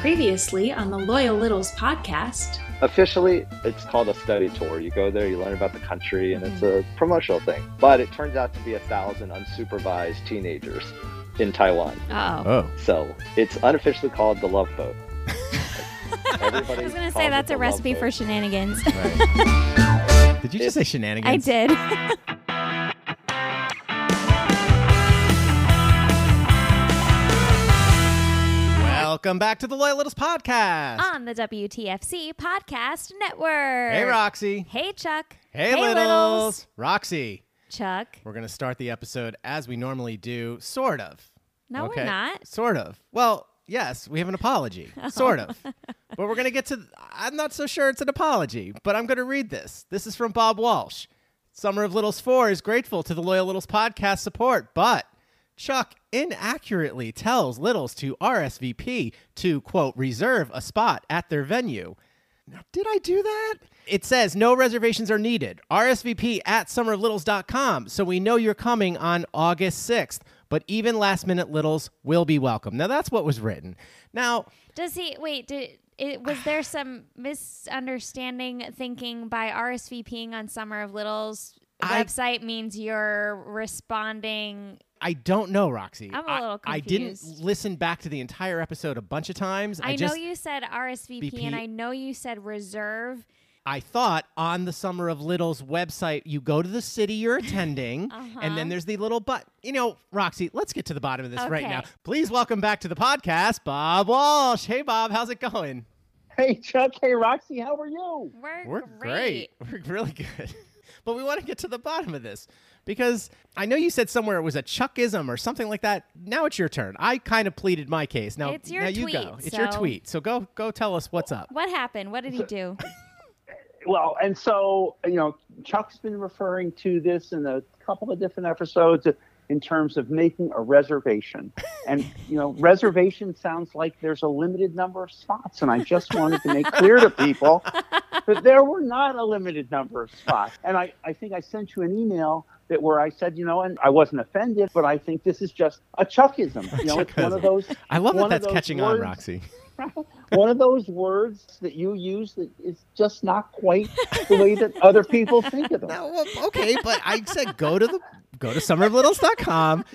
previously on the Loyal Littles podcast. Officially, it's called a study tour. You go there, you learn about the country, and it's Mm-hmm. a promotional thing. But it turns out to be a thousand unsupervised teenagers in Taiwan. Oh. Oh, So it's unofficially called the Love Boat. Everybody I was gonna calls say it that's the a Love recipe for Boat. shenanigans. right. did you just say I shenanigans? did. Welcome back to the Loyal Littles podcast. On the WTFC Podcast Network. hey, Roxy. Hey, Chuck. Hey, Littles. Littles. Roxy, Chuck. we're going to start the episode as we normally do, sort of. No, Okay? we're not. Oh. Sort of. Well, yes, we have an apology. Sort of. but we're going to get to, I'm not so sure it's an apology, but I'm going to read this. This is from Bob Walsh. Summer of Littles 4 is grateful to the Loyal Littles podcast support, but Chuck inaccurately tells Littles to RSVP to, quote, reserve a spot at their venue. Now, did I do that? It says no reservations are needed. RSVP at summeroflittles.com. So we know you're coming on August 6th, but even last minute littles will be welcome. Now, that's what was written. Now, Does he? Wait. Did, it, was there some misunderstanding? Thinking by RSVPing on Summer of Littles I- website means you're responding. I don't know, Roxy. I'm a I- little I, didn't confused. listen back to the entire episode a bunch of times. I, I, just know you said RSVP, BP. and I know you said reserve. I thought on the Summer of Littles website, you go to the city you're attending, Uh-huh. and then there's the little but. You know, Roxy, let's get to the bottom of this right now. Okay. Please welcome back to the podcast, Bob Walsh. Hey, Bob, how's it going? Hey Chuck, hey Roxy, how are you? We're, We're really good. but we want to get to the bottom of this because I know you said somewhere it was a Chuckism or something like that. Now it's your turn. I kind of pleaded my case. Now, It's your now you tweet, go. It's your so- tweet. So go go tell us what's up. What happened? What did he do? Well, and so, you know, Chuck's been referring to this in a couple of different episodes in terms of making a reservation. And, you know, reservation sounds like there's a limited number of spots. And I just wanted to make clear to people that there were not a limited number of spots. And I, I think I sent you an email that where I said, you know, and I wasn't offended, but I think this is just a Chuckism. You know, it's one of Chuckism. those I love that one of that's those catching on, words- Roxy. one of those words that you use that is just not quite the way that other people think of them. No, well, okay, but I said go to the go to summeroflittles.com,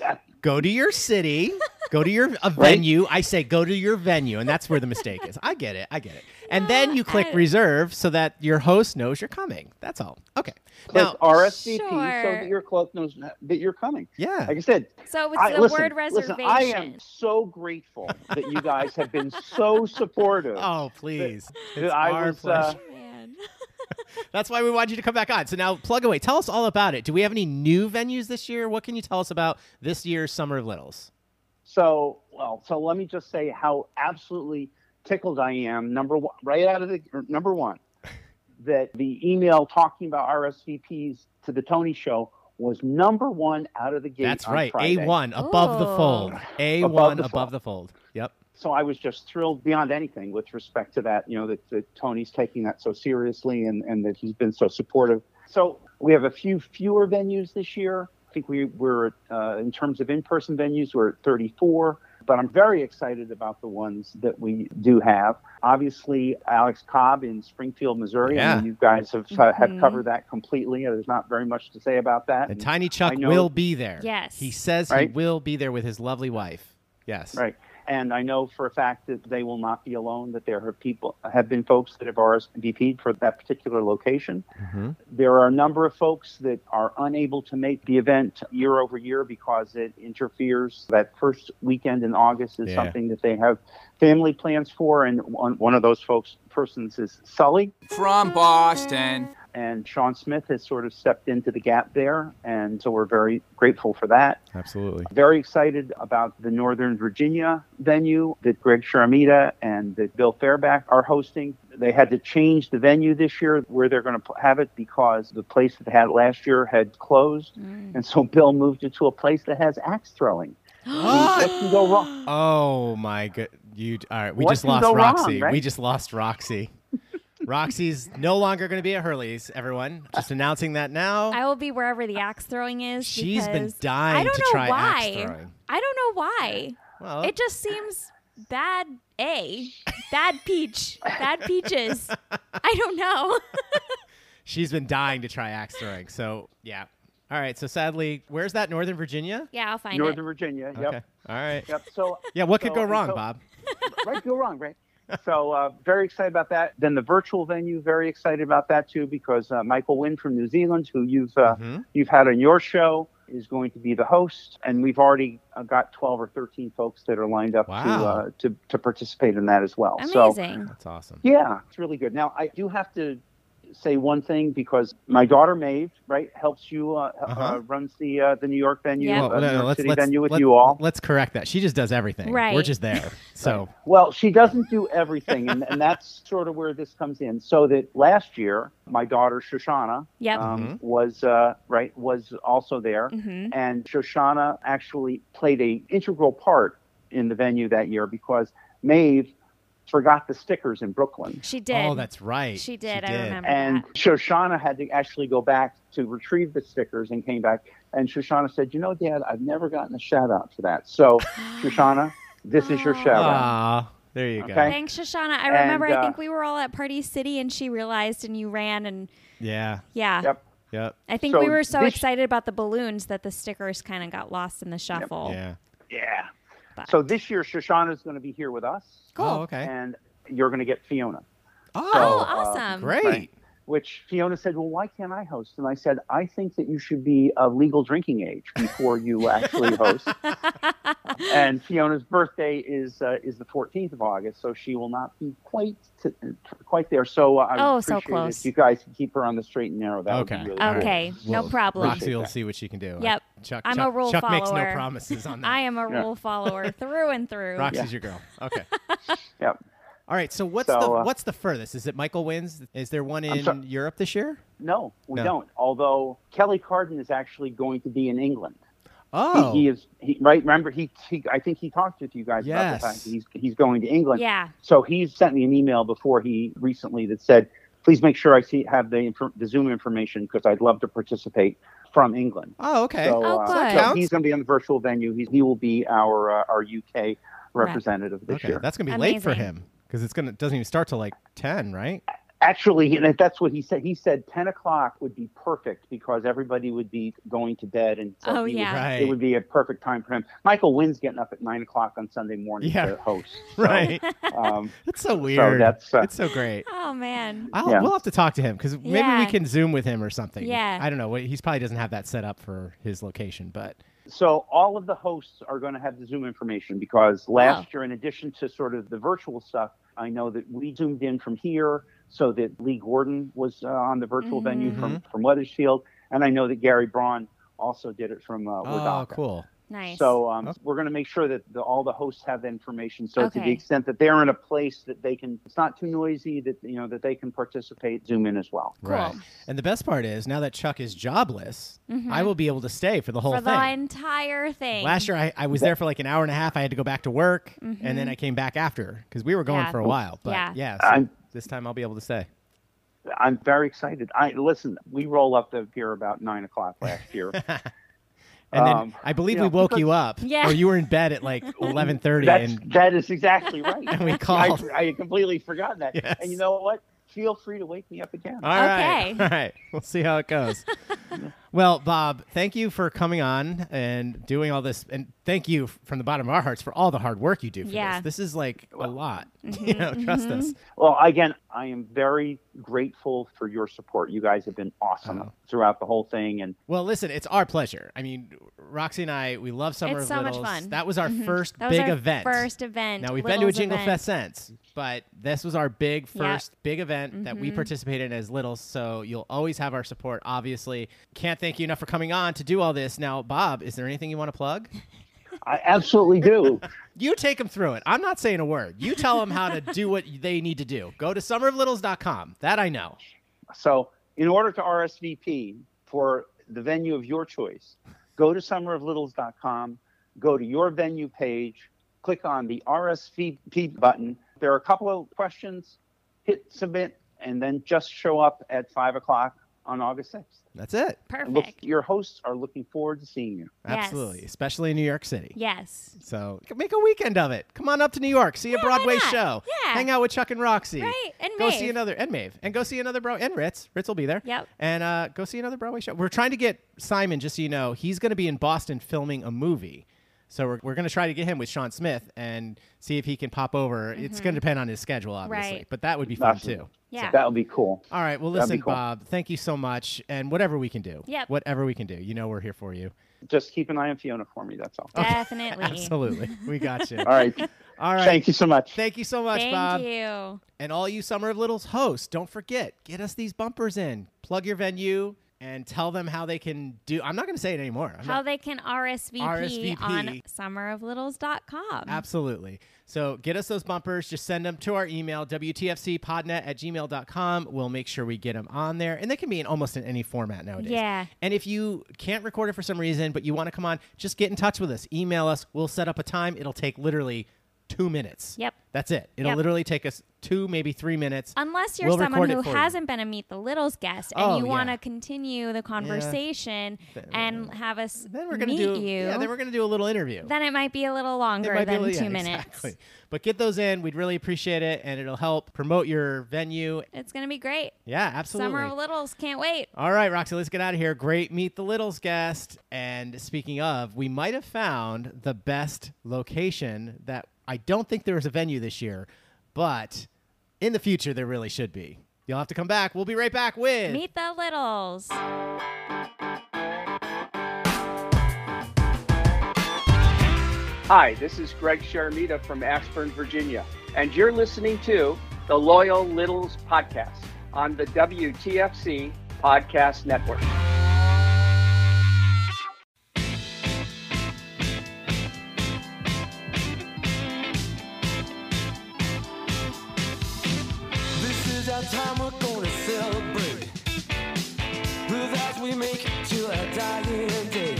go to your city, go to your a venue. I say go to your venue, and that's where the mistake is. I get it, I get it. And then you click I- reserve so that your host knows you're coming. That's all. Okay. Click Now, RSVP so Sure. that your club knows n- that you're coming. yeah, Like I said, So it's I, the listen, word reservation. listen, I am so grateful that you guys have been so supportive. Oh, please. It's I our was, uh, pleasure. Man. That's why we wanted you to come back on. So now, plug away. Tell us all about it. Do we have any new venues this year? What can you tell us about this year's Summer of Littles? So, well, so let me just say how absolutely tickled I am. Number one, right out of the or number one, that the email talking about RSVPs to the Tony Show was number one out of the gate. That's on right. Friday. A1 above the Ooh. fold. A1 above Above the, the fold. Yep. So I was just thrilled beyond anything with respect to that. You know that, that Tony's taking that so seriously and and that he's been so supportive. So we have a few fewer venues this year. I think we we're uh, in terms of in-person venues, we're at 34. But I'm very excited about the ones that we do have. Obviously, Alex Cobb in Springfield, Missouri. I mean, you guys have uh, have Mhm. covered that completely. There's not very much to say about that. And And- Tiny Chuck know- will be there. Yes. He says he Right. will be there with his lovely wife. Yes. Right. And I know for a fact that they will not be alone, that there have people have been folks that have RSVP'd for that particular location. Mhm. There are a number of folks that are unable to make the event year over year because it interferes. That first weekend in August is Yeah. something that they have family plans for, and one, one of those folks persons is Sully, from Boston. and Sean Smith has sort of stepped into the gap there, and so we're very grateful for that. Absolutely. Very excited about the Northern Virginia venue that Greg Sharamita and that Bill Fairback are hosting. They had to change the venue this year where they're going to have it because the place that they had it last year had closed. Hmm. And so Bill moved it to a place that has axe throwing. Ah! What can go wrong? Oh my god. You all right, we What just can lost go wrong, Roxy. We right? just lost Roxy. Roxy's no longer going to be at Hurley's, everyone. Just announcing that now. I will be wherever the axe throwing is. Oh. She's been because dying I don't to know try why. axe throwing. I don't know why. Well, It just seems bad A, bad peach, bad peaches. I don't know. She's been dying to try axe throwing. So, yeah. All right. So, sadly, where's that? Northern Virginia? yeah, I'll find Northern it. Virginia. Yep. Okay. All right. Yep. So Yeah. What could so- go wrong, so- Bob? right, go wrong, right? So uh, very excited about that. Then the virtual venue, very excited about that too, because uh, Michael Wynn from New Zealand, who you've uh, Mhm. you've had on your show, is going to be the host, and we've already uh, got twelve or thirteen folks that are lined up to, Wow. uh, to to participate in that as well. So Amazing. That's awesome. yeah, it's really good. Now I do have to say one thing because my daughter Maeve, right, helps you uh, Uh-huh. uh, runs the uh, the New York venue, Yeah. uh, Well, New York City venue with you all. Let's correct that. She just does everything. We're Right. just there. So, Well, she doesn't do everything, and, and that's sort of where this comes in. So that last year, my daughter Shoshana yep. um, was uh, right was also there, mm-hmm. and Shoshana actually played a integral part in the venue that year because Maeve forgot the stickers in Brooklyn, She did. oh, that's right. She did. I remember. and Shoshana had to actually go back to retrieve the stickers and came back, and Shoshana said, "You know, Dad, I've never gotten a shout out for that." So, Shoshana, this is your Aw. shout out. Ah, there you go. Okay. Thanks, Shoshana. I remember. And, I uh, think we were all at Party City, and she realized, and you ran, and Yeah. yeah. Yep. Yep. I think So we were so this- excited about the balloons that the stickers kind of got lost in the Oh. shuffle. Yeah. Yeah. But- So this year, Shoshana is going to be here with us, Oh, okay. and you're going to get Fiona. Oh, So, uh, awesome! great. right. Which Fiona said, "Well, why can't I host?" And I said, "I think that you should be of legal drinking age before you actually host." and Fiona's birthday is uh, is the 14th of August, so she will not be quite to, quite there. So uh, I Oh, would so appreciate it close. If you guys can keep her on the straight and narrow, that Okay. would be really cool. Okay, no Well, problem. Roxy will see what she can do. Yep. Chuck, I'm Chuck, a rule Chuck makes no follower. promises on that. I am a Yeah. rule follower through and through. Roxy's your girl. Okay. Yep. All right. So what's So, the uh, what's the furthest? Is it Michael wins? Is there one I'm in sorry. Europe this year? No, we No. don't. Although Kelly Cardin is actually going to be in England. He- Oh, He is he, right. Remember, he, he. I think he talked with you guys about Yes. the fact that he's he's going to England. Yeah. So he sent me an email before he recently that said, "Please make sure I see have the infor- the Zoom information because I'd love to participate from England." oh, okay. So, Oh, uh, good. so he's going to be on the virtual venue. He, he will be our uh, our UK representative this okay, year. that's gonna be late for Amazing. him because it's gonna doesn't even start till like ten, right? Actually, he- and that's what he said. He said ten o'clock would be perfect because everybody would be going to bed, and so Oh, he would- yeah. Right. it would be a perfect time for him. Michael Wynn's getting up at nine o'clock on Sunday morning Yeah. to host. So, right. Um, That's so weird. that's, uh, it's so great. Oh man. I'll, Yeah. We'll have to talk to him because maybe Yeah. we can Zoom with him or something. Yeah. I don't know. He's probably doesn't have that set up for his location, but So all of the hosts are going to have the Zoom information because last year, in addition to sort of the virtual stuff, I know that we zoomed in from here so that Lee Gordon was uh, on the virtual venue from, Mm-hmm. from Weathersfield. And I know that Gary Braun also did it from uh, oh, Wodonga. cool. Nice. So um, Okay. we're going to make sure that the, all the hosts have the information. So to Okay. the extent that they're in a place that they can, it's not too noisy that, you know, that they can participate, zoom in as well. Cool. Right. And the best part is now that Chuck is jobless, Mhm. I will be able to stay for the whole for thing. the entire thing. Last year, I, I was there for like an hour and a half. I had to go back to work, and then Mhm. I came back after because we were going Yeah. for a while. But yeah, Yeah. so I'm- this time I'll be able to stay. I'm very excited. I listen, we roll up the pier about nine o'clock last year. And Um, then I believe yeah, we woke because- you up, Yeah. or you were in bed at like eleven thirty, That's, and that is exactly right. and we I, called. I had completely forgotten that. Yes. And you know what? Feel free to wake me up again. All right. Okay. All right. We'll see how it goes. well, Bob, thank you for coming on and doing all this. And thank you f- from the bottom of our hearts for all the hard work you do for Yeah. mm-hmm, this. This is like a lot. you know, trust us. well, again, I am very grateful for your support. You guys have been awesome Oh. throughout the whole thing. And Well, listen, it's our pleasure. I mean, Roxy and I, we love Summer It's of so much Littles. fun. Mm-hmm. That was our first that was big our event. First event. now, we've been to a Little's Jingle event. Fest since, but this was our big Yeah. first big event that Mm-hmm. we participated in as Littles. So you'll always have our support, obviously. Can't thank you enough for coming on to do all this. Now, Bob, is there anything you want to plug? I absolutely do. You take them through it. I'm not saying a word. You tell them how to do what they need to do. Go to summeroflittles.com. That I know. so, in order to RSVP for the venue of your choice, go to summeroflittles.com, go to your venue page, click on the RSVP button. There are a couple of questions, hit submit, and then just show up at five o'clock on August 6th. That's it. And Look, Perfect. your hosts are looking forward to seeing you. Yes. Absolutely. Especially in New York City. Yes. So make a weekend of it. Come on up to New York. See a Yeah, why Broadway not? show. Yeah. Hang out with Chuck and Roxy. Right. And Go see Maeve. another and Maeve. And go see another bro and Ritz. Ritz will be there. Yep. And uh, go see another Broadway show. We're trying to get Simon, just so you know, he's gonna be in Boston filming a movie. So we're, we're gonna try to get him with Sean Smith and see if he can pop over. It's gonna depend on his schedule, obviously. Mm-hmm. Right. But that would be fun Absolutely. too. Yeah. That would be cool. All right. Well That'd be listen, cool. Bob, thank you so much. And whatever we can do. Yep. Whatever we can do. You know we're here for you. Just keep an eye on Fiona for me. That's all. Definitely. Absolutely. we got you. All right. All right. Thank you so much. Thank you so much, Thank Bob. you. And all you Summer of Littles hosts, don't forget, get us these bumpers in. Plug your venue and tell them how they can do. I'm not going to say it anymore. I'm How not- they can RSVP, RSVP. on summeroflittles.com. absolutely. So get us those bumpers. Just send them to our email, WTFCpodnet at gmail.com. We'll make sure we get them on there. And they can be in almost in any format nowadays. Yeah. And if you can't record it for some reason, but you want to come on, just get in touch with us. Email us. We'll set up a time. It'll take literally two minutes. Yep. That's it. It'll Yep. literally take us two, maybe three minutes. Unless you're We'll someone record it who for you. hasn't been a Meet the Littles guest and Oh, you want yeah. to continue the conversation and have us then we're gonna meet do you, yeah. Then we're gonna do a little interview. then it might be a little It longer might be than a little- two yeah, minutes. Exactly. But get those in. We'd really appreciate it, and it'll help promote your venue. It's going to be great. Yeah, absolutely. Summer of Littles. Can't wait. All right, Roxy, let's get out of here. Great Meet the Littles guest. And speaking of, we might have found the best location that I don't think there was a venue this year, but in the future, there really should be. You'll have to come back. We'll be right back with. Meet the Littles. Hi, this is Greg Sharmita from Ashburn, Virginia, and you're listening to the Loyal Littles Podcast on the WTFC Podcast Network. This is our time, we're gonna celebrate. The vows we make till our dying day.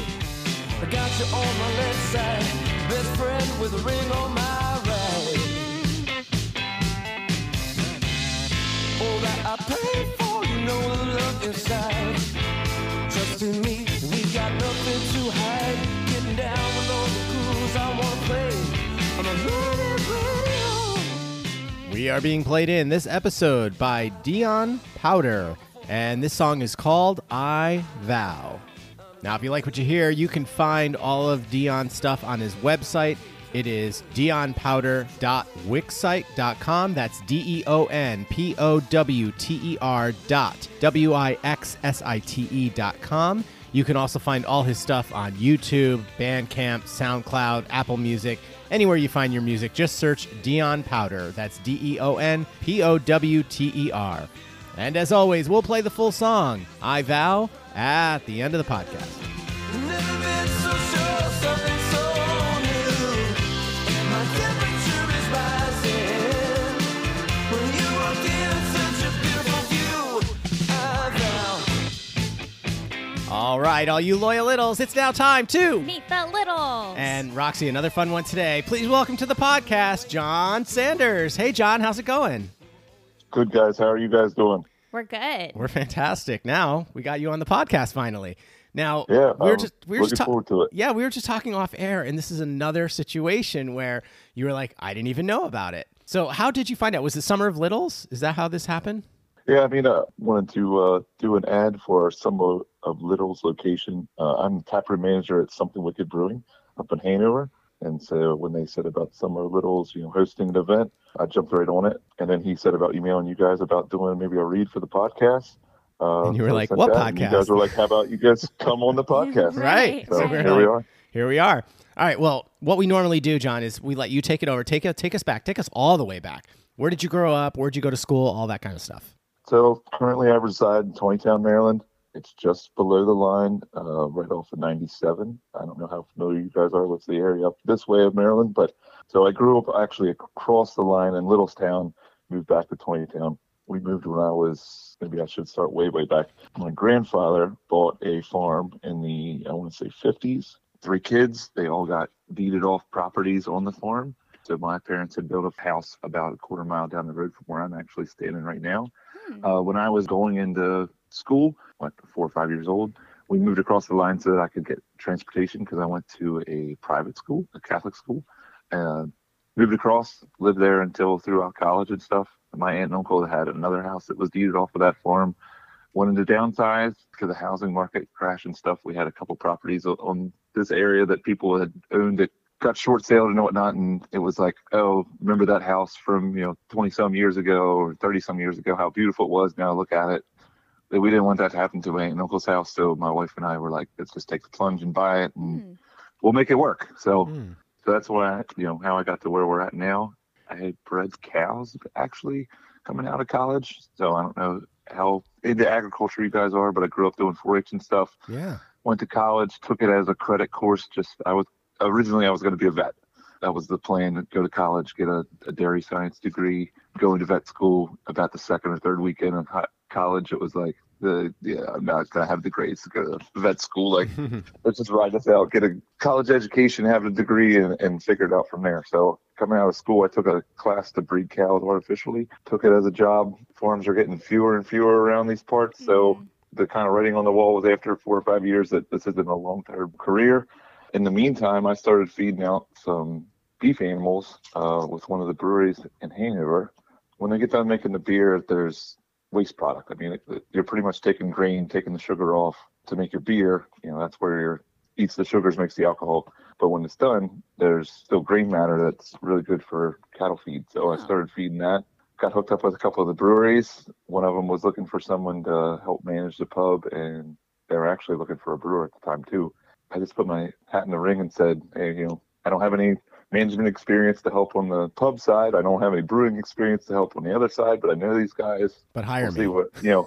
I got you on my left side, best friend with a ring on my right. All that I paid for, you know the love inside. Trust in me, we got nothing to hide. Getting down with all the crews I wanna play. I'm a little radio. We are being played in this episode by Dion Powder, and this song is called I Vow. Now, if you like what you hear, you can find all of Dion's stuff on his website. It is dionpowder.wixsite.com. That's D E O N P O W T E R dot W I X S I T E dot com. You can also find all his stuff on YouTube, Bandcamp, SoundCloud, Apple Music, anywhere you find your music. Just search Dion Powder. That's D E O N P O W T E R. And as always, we'll play the full song, I Vow, at the end of the podcast. Never been so sure, something so new. My temperature is rising. When you walk in, such a beautiful view. I vow. All right, all you loyal littles, it's now time to. Meet the Littles. And Roxy, another fun one today. Please welcome to the podcast, John Sanders. Hey, John, how's it going? Good guys, how are you guys doing? we're good. We're fantastic. Now we got you on the podcast finally. Now Yeah, we we're I'm just we we're looking just ta- forward to it. Yeah, we were just talking off air, and this is another situation where you were like, I didn't even know about it. So how did you find out? Was it Summer of Littles? Is that how this happened? Yeah, I mean, I wanted to uh, do an ad for some of, of Little's location. Uh, I'm taproom manager at Something Wicked Brewing up in Hanover. And so when they said about Summer Littles, you know, hosting an event, I jumped right on it. And then he said about emailing you guys about doing maybe a read for the podcast. Uh, And you were so I like, sent "What that, and You podcast?" guys were like, how about you guys come on the podcast? Right. So Right. here we are. Here we are. All right. Well, what we normally do, John, is we let you take it over. Take uh, take us back. Take us all the way back. Where did you grow up? Where'd you go to school? All that kind of stuff. So currently, I reside in Tonytown, Maryland. It's just below the line, uh, right off of 97. I don't know how familiar you guys are with the area up this way of Maryland, but so I grew up actually across the line in Littlestown, moved back to Tonytown. We moved when I was maybe I should start way way back. My grandfather bought a farm in the I want to say 50s. Three kids, they all got deeded off properties on the farm. So my parents had built a house about a quarter mile down the road from where I'm actually standing right now Uh, when I was going into school, what, four or five years old, we moved across the line so that I could get transportation because I went to a private school, a Catholic school, and moved across, lived there until throughout college and stuff. My aunt and uncle had another house that was deeded off of that farm. Wanted to downsize because the housing market crash and stuff. We had a couple properties o- on this area that people had owned that got short sale and whatnot. And it was like, oh, remember that house from, you know, 20 some years ago or 30 some years ago, how beautiful it was. Now look at it. But we didn't want that to happen to my aunt and uncle's house. So my wife and I were like, let's just take the plunge and buy it and Mm. we'll make it work. So Hmm. so that's why I, you know how I got to where we're at now. I had bred cows actually coming out of college, so I don't know how into agriculture you guys are, but I grew up doing 4-H and stuff. Yeah. Went to college, took it as a credit course. Just I was originally I was going to be a vet. That was the plan: to go to college, get a, a dairy science degree, go into vet school. About the second or third weekend of hi- college, it was like the yeah, I'm not going to have the grades to go to vet school. Like let's just ride this out, get a college education, have a degree, and, and figure it out from there. So coming out of school, I took a class to breed cows artificially. Took it as a job. Farms are getting fewer and fewer around these parts, so the kind of writing on the wall was after four or five years that this isn't a long-term career. In the meantime, I started feeding out some beef animals uh, with one of the breweries in Hanover. When they get done making the beer, there's waste product. I mean, it, it- you're pretty much taking grain, taking the sugar off to make your beer. You know, that's where your eats the sugars, makes the alcohol. But when it's done, there's still grain matter that's really good for cattle feed. So I Huh. started feeding that. Got hooked up with a couple of the breweries. One of them was looking for someone to help manage the pub, and they were actually looking for a brewer at the time too. I just put my hat in the ring and said, "Hey, you know, I don't have any management experience to help on the pub side. I don't have any brewing experience to help on the other side, but I know these guys But hire we'll see me. what you know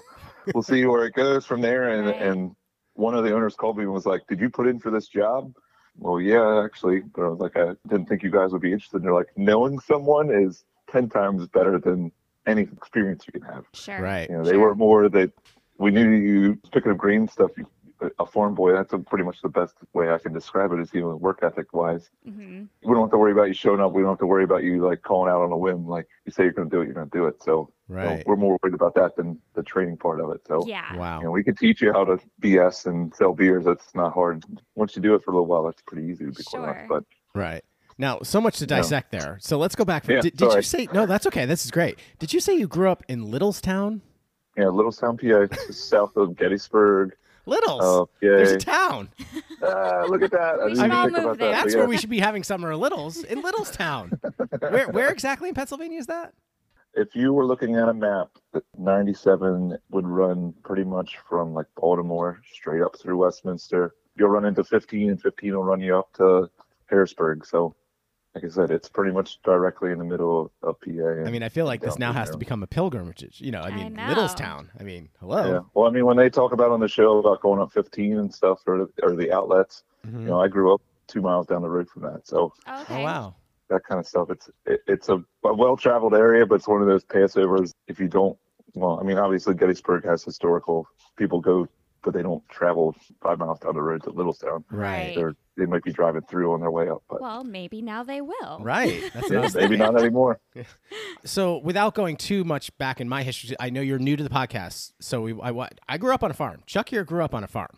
we'll see where it goes from there and Right. and one of the owners called me and was like did you put in for this job well yeah actually but i was like i didn't think you guys would be interested and they're like knowing someone is 10 times better than any experience you can have Sure. Right. you know they Sure. were more that we knew you picking up grain stuff you, a farm boy that's a, pretty much the best way i can describe it is even work ethic wise Mm-hmm. we don't have to worry about you showing up we don't have to worry about you like calling out on a whim like you say you're going to do it you're going to do it so you know, Right. we're more worried about that than the training part of it. So, Yeah. you know, Oh, Wow. we could teach you how to BS and sell beers. That's not hard. Once you do it for a little while, that's pretty easy to be quite Sure. honest. But Right. Now, so much to No. dissect there. So let's go back. Yeah, did, did you sorry. say no? That's okay. This is great. Did you say you grew up in Littlestown? yeah, Little Sound, PA, just south of Gettysburg. Littles. Uh, There's a yeah. town. Ah, look at that. I We didn't should even all think move about there. that. That's but where yeah. we should be having summer of littles in Littlestown. where, where exactly in Pennsylvania is that? If you were looking at a map, 97 would run pretty much from like Baltimore straight up through Westminster. You'll run into 15, and 15 will run you up to Harrisburg. So, like I said, it's pretty much directly in the middle of, of PA. and- I mean, I feel like this Down now through has to there. become a pilgrimage. You know, I I mean, know. Littlestown. I mean, Yeah. hello. Well, I mean, when they talk about on the show about going up 15 and stuff, or or the outlets, Mhm. you know, I grew up two miles down the road from that, so Okay. Oh wow. that kind of stuff. It's it, it's a, a well-traveled area, but it's one of those passovers. If you don't, well, I mean, obviously Gettysburg has historical people go, but they don't travel five miles down the road to Littlestown. Right. They're they might be driving through on their way up, but Well, maybe now they will. Right. That's yeah, nice. maybe not anymore. So, without going too much back in my history, I know you're new to the podcast. So, we, I, wa- I grew up on a farm. Chuck here grew up on a farm.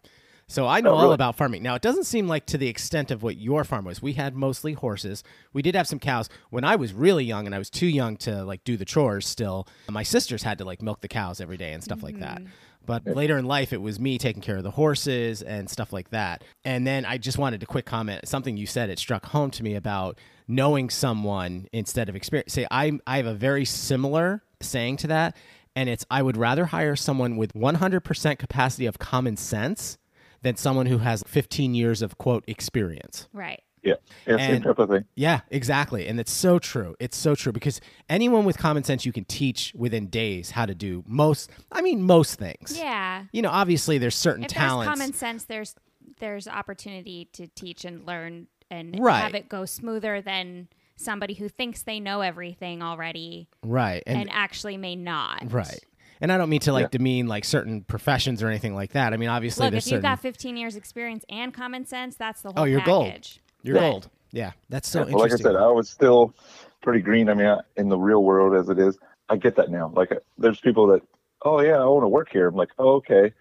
So, I know Oh, all really? about farming. Now, it doesn't seem like to the extent of what your farm was. We had mostly horses. We did have some cows. When I was really young and I was too young to like do the chores still, my sisters had to like milk the cows every day and stuff like that. But later in life, it was me taking care of the horses and stuff like that. And then I just wanted to quick comment something you said. It struck home to me about knowing someone instead of experience. Say, I I have a very similar saying to that, and it's I would rather hire someone with 100% capacity of common sense than someone who has 15 years of quote experience. Right. Yeah, yeah, same And- type of thing. Yeah, exactly. And it's so true. It's so true because anyone with common sense you can teach within days how to do most I mean most things. Yeah. You know, obviously there's certain If talents. there's common sense, there's there's opportunity to teach and learn and Right. have it go smoother than somebody who thinks they know everything already right. and, And, actually may not. right. And I don't mean to like Yeah. demean like certain professions or anything like that. I mean obviously Look, there's if you've certain got 15 years experience and common sense, that's the whole Oh, you're gold. package. you're gold. Yeah. That's so well, like I interesting. said, I was still pretty green. I mean, I, in the real world as it is, I get that now. Like, I- there's people that oh yeah, I want to work here. I'm like, oh, okay,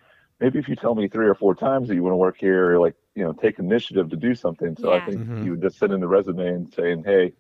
maybe if you tell me three or four times that you want to work here, or like you know, take initiative to do something. So Yeah. I think Mhm. you would just send in the resume and saying, hey,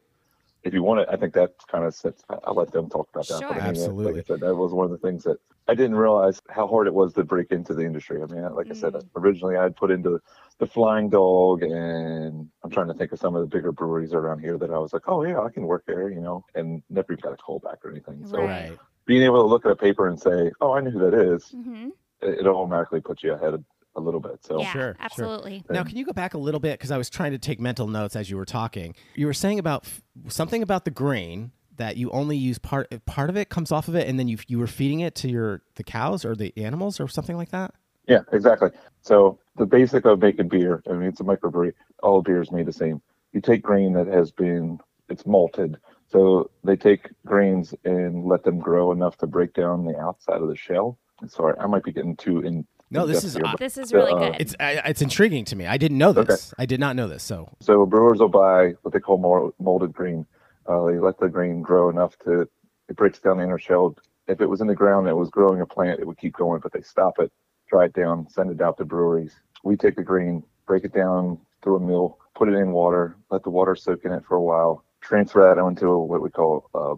if you want it, I think that kind of sets. I- I'll let them talk about that. Sure. But I mean, Absolutely. Like I said, that was one of the things that I didn't realize how hard it was to break into the industry. I mean, like I said, Mm. originally I had put into the Flying Dog, and I'm trying to think of some of the bigger breweries around here that I was like, oh yeah, I can work there, you know, and never got a call back or anything. So Right. Right. being able to look at a paper and say, oh, I know who that is, Mm-hmm. it, it automatically puts you ahead a little bit. So yeah, Sure, sure. absolutely. Now, can you go back a little bit? Because I was trying to take mental notes as you were talking. You were saying about f- something about the grain that you only use part part of it comes off of it, and then you you were feeding it to your the cows or the animals or something like that. Yeah, exactly. So the basic of making beer, I mean, it's a microbrewery. All beer is made the same. You take grain that has been, it's malted. So they take grains and let them grow enough to break down the outside of the shell. And Sorry, I might be getting too in. No, in this depth is here, aw- but- This is So, really uh, good. It's I, it's intriguing to me. I didn't know this. I did not know this. So So brewers will buy what they call mol- molded grain. Uh, they let the grain grow enough to it breaks down the inner shell. If it was in the ground that was growing a plant, it would keep going, but they stop it, dry it down, send it out to breweries. We take the grain, break it down through a mill, put it in water, let the water soak in it for a while, transfer that onto a, what we call a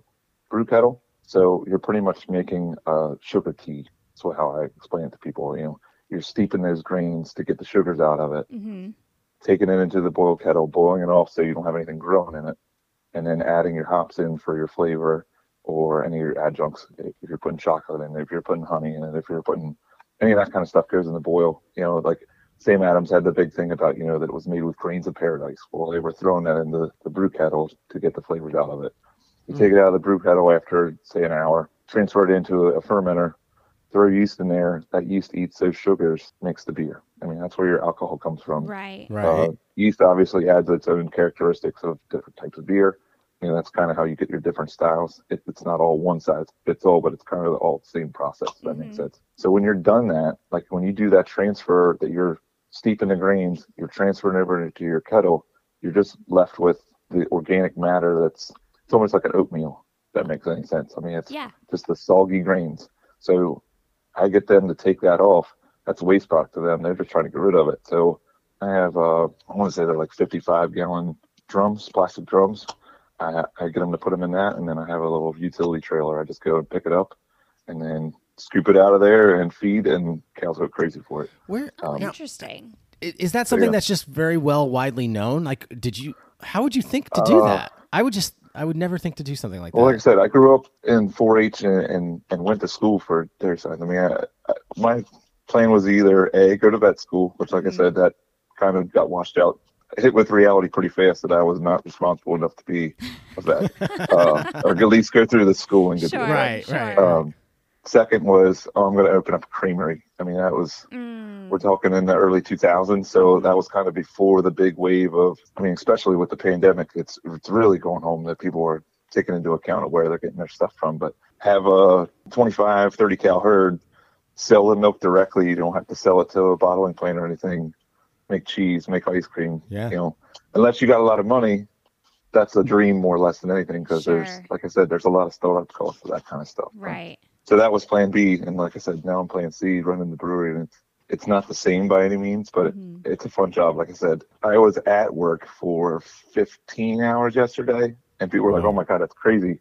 brew kettle. So you're pretty much making uh, sugar tea. That's what- how I explain it to people. You know, you're steeping those grains to get the sugars out of it mm-hmm. taking it into the boil kettle, boiling it off so you don't have anything growing in it, and then adding your hops in for your flavor or any of your adjuncts. If you're putting chocolate in, if you're putting honey in it, if you're putting any of that kind of stuff goes in the boil. You know, like Sam Adams had the big thing about, you know, that it was made with grains of paradise. Well, they were throwing that in the, the brew kettle to get the flavors out of it. You take it out of the brew kettle after, say, an hour, transfer it into a fermenter, throw yeast in there. That yeast eats those sugars, makes the beer. I mean, that's where your alcohol comes from. Right. Uh, yeast obviously adds its own characteristics of different types of beer. You know, that's kind of how you get your different styles. It, it's not all one size fits all, but it's kind of all the same process. If that Mhm. makes sense. So when you're done that, like when you do that transfer that you're steeping the grains, you're transferring over into your kettle, you're just left with the organic matter that's it's almost like an oatmeal. If that makes any sense. I mean, it's Yeah. just the soggy grains. So I get them to take that off. That's a waste product to them. They're just trying to get rid of it. So I have, uh, I want to say they're like 55 gallon drums, plastic drums. I, I get them to put them in that, and then I have a little utility trailer. I just go and pick it up, and then scoop it out of there and feed, and cows go crazy for it. where Oh, Um, now, interesting. i- is that something yeah. that's just very well widely known? Like, did you? How would you think to do Uh, that? I would just. I would never think to do something like that. Well, like I said, I grew up in 4-H and, and, and went to school for dairy science. I mean, I, I, my plan was either a go to vet school, which, Mm-hmm. like I said, that kind of got washed out, hit with reality pretty fast that I was not responsible enough to be a vet, uh, or at least go through the school and get Sure. to the vet. Right, Sure. right. Um, second was oh, I'm going to open up a creamery. I mean, that was Mm. we're talking in the early 2000s so that was kind of before the big wave of i mean especially with the pandemic it's it's really going home that people are taking into account of where they're getting their stuff from but have a 25 30 cow herd sell the milk directly you don't have to sell it to a bottling plant or anything make cheese make ice cream Yeah. you know unless you got a lot of money that's a dream more or less than anything because there's Sure. like i said there's a lot of startup costs for that kind of stuff Right. so that was plan B. And like I said, now I'm plan C, running the brewery. And it's, it's not the same by any means, but it, Mhm. it's a fun job. Like I said, I was at work for 15 hours yesterday, and people were like, Wow. oh my God, that's crazy.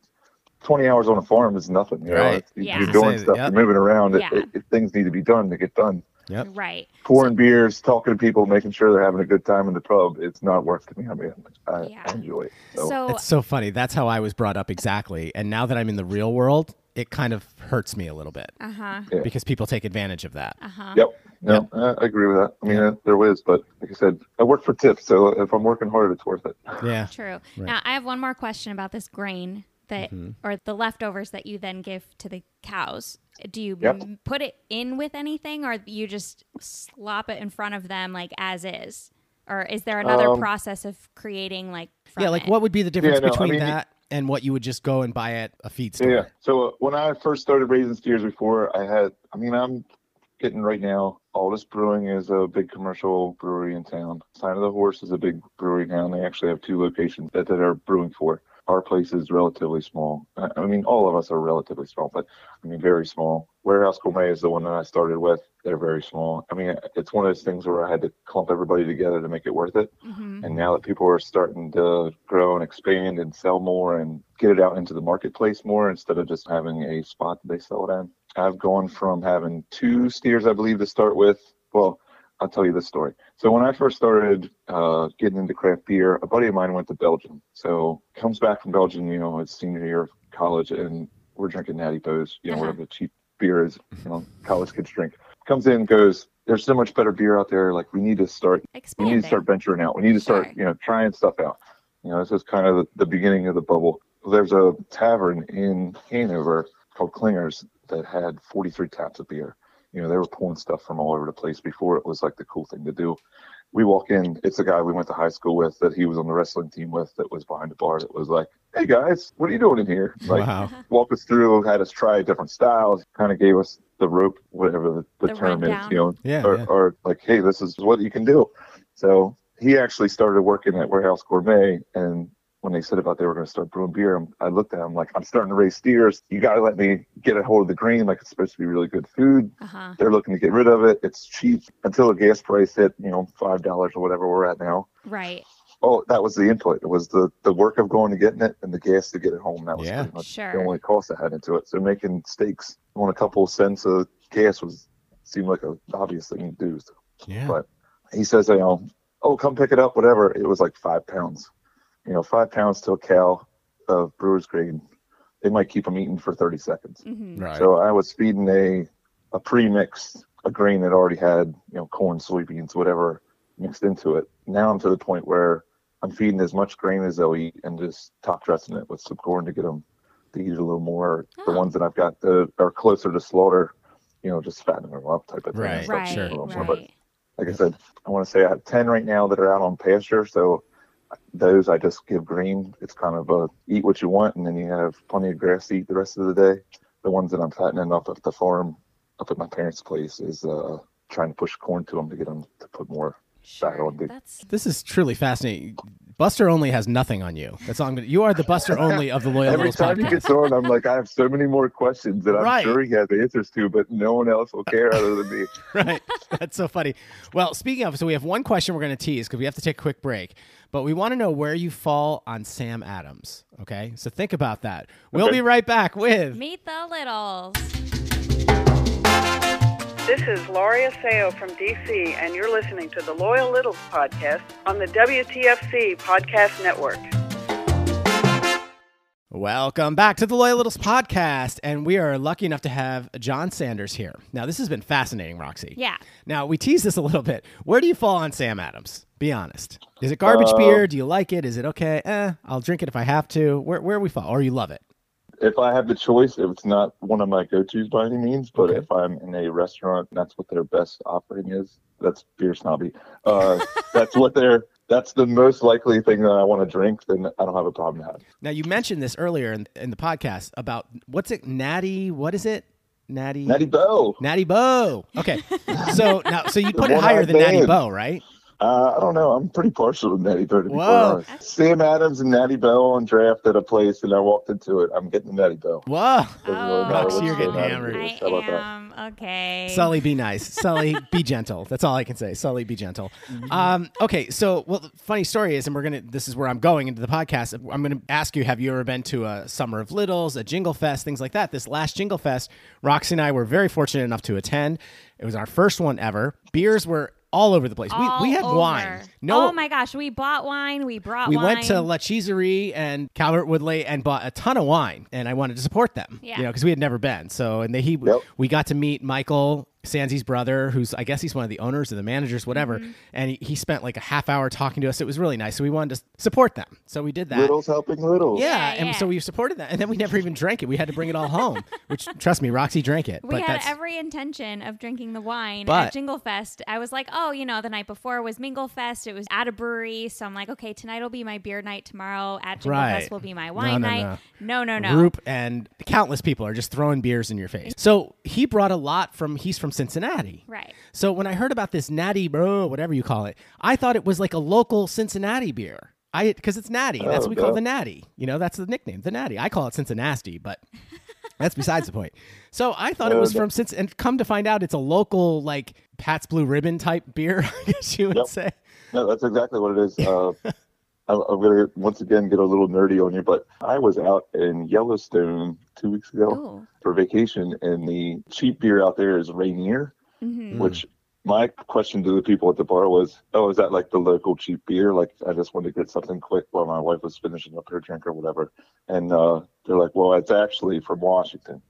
20 hours on a farm is nothing. You know? Right. It's- Yeah. You're doing Say- stuff, yep. you're moving around. It- Yeah. It, it, things need to be done to get done. Yep. Right. Pouring beers, talking to people, making sure they're having a good time in the pub. It's not work to me. I mean, I, Yeah. I enjoy it. So, So It's so funny. That's how I was brought up exactly. And now that I'm in the real world, it kind of hurts me a little bit uh huh. Yeah. because people take advantage of that. Uh huh. Yep. No, I I agree with that. I mean, uh, there is, but like I said, I work for tips, so if I'm working hard, it's worth it. Yeah. True. Now I have one more question about this grain that Mm-hmm. or the leftovers that you then give to the cows. Do you Yep. m- put it in with anything or you just slop it in front of them like as is? Or is there another Um, process of creating like from Yeah. Like, it? what would be the difference no, I between mean- that and what you would just go and buy at a feed Yeah. store? So uh, when I first started raising steers before, I had, I mean, I'm getting right now, Aldous Brewing is a big commercial brewery in town. Sign of the Horse is a big brewery now, and they actually have two locations that, that are brewing for. our place is relatively small. I I mean, all of us are relatively small, but I mean, very small. Warehouse Gourmet is the one that I started with. They're very small. I mean, it's one of those things where I had to clump everybody together to make it worth it. Mm-hmm. And now that people are starting to grow and expand and sell more and get it out into the marketplace more instead of just having a spot that they sell it in, I've gone from having two steers, I believe, to start with. Well, I'll tell you this story. So when I first started uh, getting into craft beer, a buddy of mine went to Belgium. So comes back from Belgium, you know, his senior year of college, and we're drinking Natty Bows, you know, Uh-huh. whatever the cheap beer is, you know, college kids drink. Comes in, and goes, "There's so much better beer out there. Like we need to start we Expanding. need to start venturing out. We need to start, Sure. you know, trying stuff out. You know, this is kind of the, the beginning of the bubble. There's a tavern in Hanover called Klingers that had 43 taps of beer. You know, they were pulling stuff from all over the place before it was like the cool thing to do. We walk in, it's a guy we went to high school with that he was on the wrestling team with that was behind the bar that was like, hey guys, what are you doing in here? Like, wow. Uh-huh. walked us through, had us try different styles, kind of gave us the rope, whatever the, the, The term rundown. is, you know, Yeah, or, yeah. or like, hey, this is what you can do. So he actually started working at Warehouse Gourmet, and when they said about they were going to start brewing beer, I'm- I looked at him like, I'm starting to raise steers. You got to let me get a hold of the grain. Like it's supposed to be really good food. Uh huh. They're looking to get rid of it. It's cheap until the gas price hit, you know, five dollars or whatever we're at now. Right. Oh, that was the input. It was the the work of going to getting it and the gas to get it home. That was Yeah. pretty much the Sure. only cost I had into it. So making steaks on a couple cents of gas was seemed like an obvious thing to do. So Yeah. But- he says, you know, oh, come pick it up, whatever. It was like five pounds, you know, five pounds to a cow of brewer's grain. They might keep them eating for 30 seconds. Mm-hmm. right. So I was feeding a a pre-mixed a grain that already had you know corn, soybeans, whatever mixed into it. Now I'm to the point where I'm feeding as much grain as they'll eat and just top dressing it with some corn to get them to eat a little more. The Oh. ones that I've got that are closer to slaughter, you know, just fatten them up type of thing. Right, It's like- Right. sure. But Right. like I said, I want to say I have 10 right now that are out on pasture. So those I just give green. It's kind of a eat what you want, and then you have plenty of grass to eat the rest of the day. The ones that I'm fattening up at the farm up at my parents' place is uh, trying to push corn to them to get them to put more. Sure. on the- That's This is truly fascinating. Buster only has nothing on you. That's all I'm gonna. You are the Buster only of the loyal Every Littles time he podcast. gets on, I'm like, I have so many more questions that I'm Right. sure he has answers to, but no one else will care other than me. right. That's so funny. Well, speaking of, so we have one question we're going to tease because we have to take a quick break, but we want to know where you fall on Sam Adams. Okay. So think about that. We'll be right back with. meet the littles. This is Laurie Aseo from DC, and you're listening to the Loyal Littles podcast on the WTFC Podcast Network. Welcome back to the Loyal Littles podcast. And we are lucky enough to have John Sanders here. Now, this has been fascinating, Roxy. Yeah. Now, we teased this a little bit. Where do you fall on Sam Adams? Be honest. Is it garbage beer? Do you like it? Is it okay? Eh, I'll drink it if I have to. Where, where we fall? Or you love it? if I have the choice, if it's not one of my go-tos by any means, but Okay. if I'm in a restaurant, and that's what their best offering is. That's beer snobby. Uh, that's what they're. That's the most likely thing that I want to drink. Then I don't have a problem having. Now you mentioned this earlier in, in the podcast about what's it natty? What is it? Natty Natty Bo. Natty Bo. Okay, so now so you put it one-eyed higher than Natty man. Bo, right? Uh, I don't know. I'm pretty partial to Natty Bo. To be quite Whoa. honest. Sam Adams and Natty Bo on draft at a place, and I walked into it. I'm getting Natty Bo. Whoa, Doesn't really Oh. matter Roxy, what's you're going getting on in hammered. here. I How about that? am okay. Sully, be nice. Sully, be gentle. That's all I can say. Sully, be gentle. Um, okay, so well, the funny story is, and we're gonna. This is where I'm going into the podcast. I'm gonna ask you: Have you ever been to a Summer of Littles, a Jingle Fest, things like that? This last Jingle Fest, Roxy and I were very fortunate enough to attend. It was our first one ever. Beers were all over the place. All we we had over. wine. Oh my gosh, we bought wine. We brought. we wine. went to La Cheeserie and Calvert Woodley and bought a ton of wine, and I wanted to support them. Yeah. You know, because we had never been. So, and they, he, Yep. we got to meet Michael Sanzi's brother, who's I guess he's one of the owners or the managers, whatever. Mm-hmm. And he, he spent like a half hour talking to us. It was really nice. So we wanted to support them. So we did that. Little's helping little. yeah, Yeah, and yeah. so we supported that, and then we never even drank it. We had to bring it all home, which trust me, Roxy drank it. We but had that's every intention of drinking the wine But- at Jingle Fest. I was like, oh, you know, the night before was Mingle Fest. It was at a brewery. So I'm like, okay, tonight will be my beer night. Tomorrow at Jingle Right. Fest will be my wine no, night. No, no, no. Group and countless people are just throwing beers in your face. So he brought a lot from. He's from Cincinnati, Right. So when I heard about this Natty Bro, whatever you call it, I thought it was like a local Cincinnati beer. I because it's natty. That's Oh, what we call no. the natty. You know, that's the nickname, the natty. I call it Cincinnati, but that's besides the point. So I thought it Oh, was no. from since and come to find out it's a local like Pat's Blue Ribbon type beer, I guess you would Yep. say. No, that's exactly what it is. Uh, I'm, I'm going to once again get a little nerdy on you, but I was out in Yellowstone two weeks ago Ooh. for vacation, and the cheap beer out there is Rainier, Mm-hmm. which my question to the people at the bar was, "Oh, is that like the local cheap beer? Like I just wanted to get something quick while my wife was finishing up her drink or whatever." And uh, they're like, "Well, it's actually from Washington."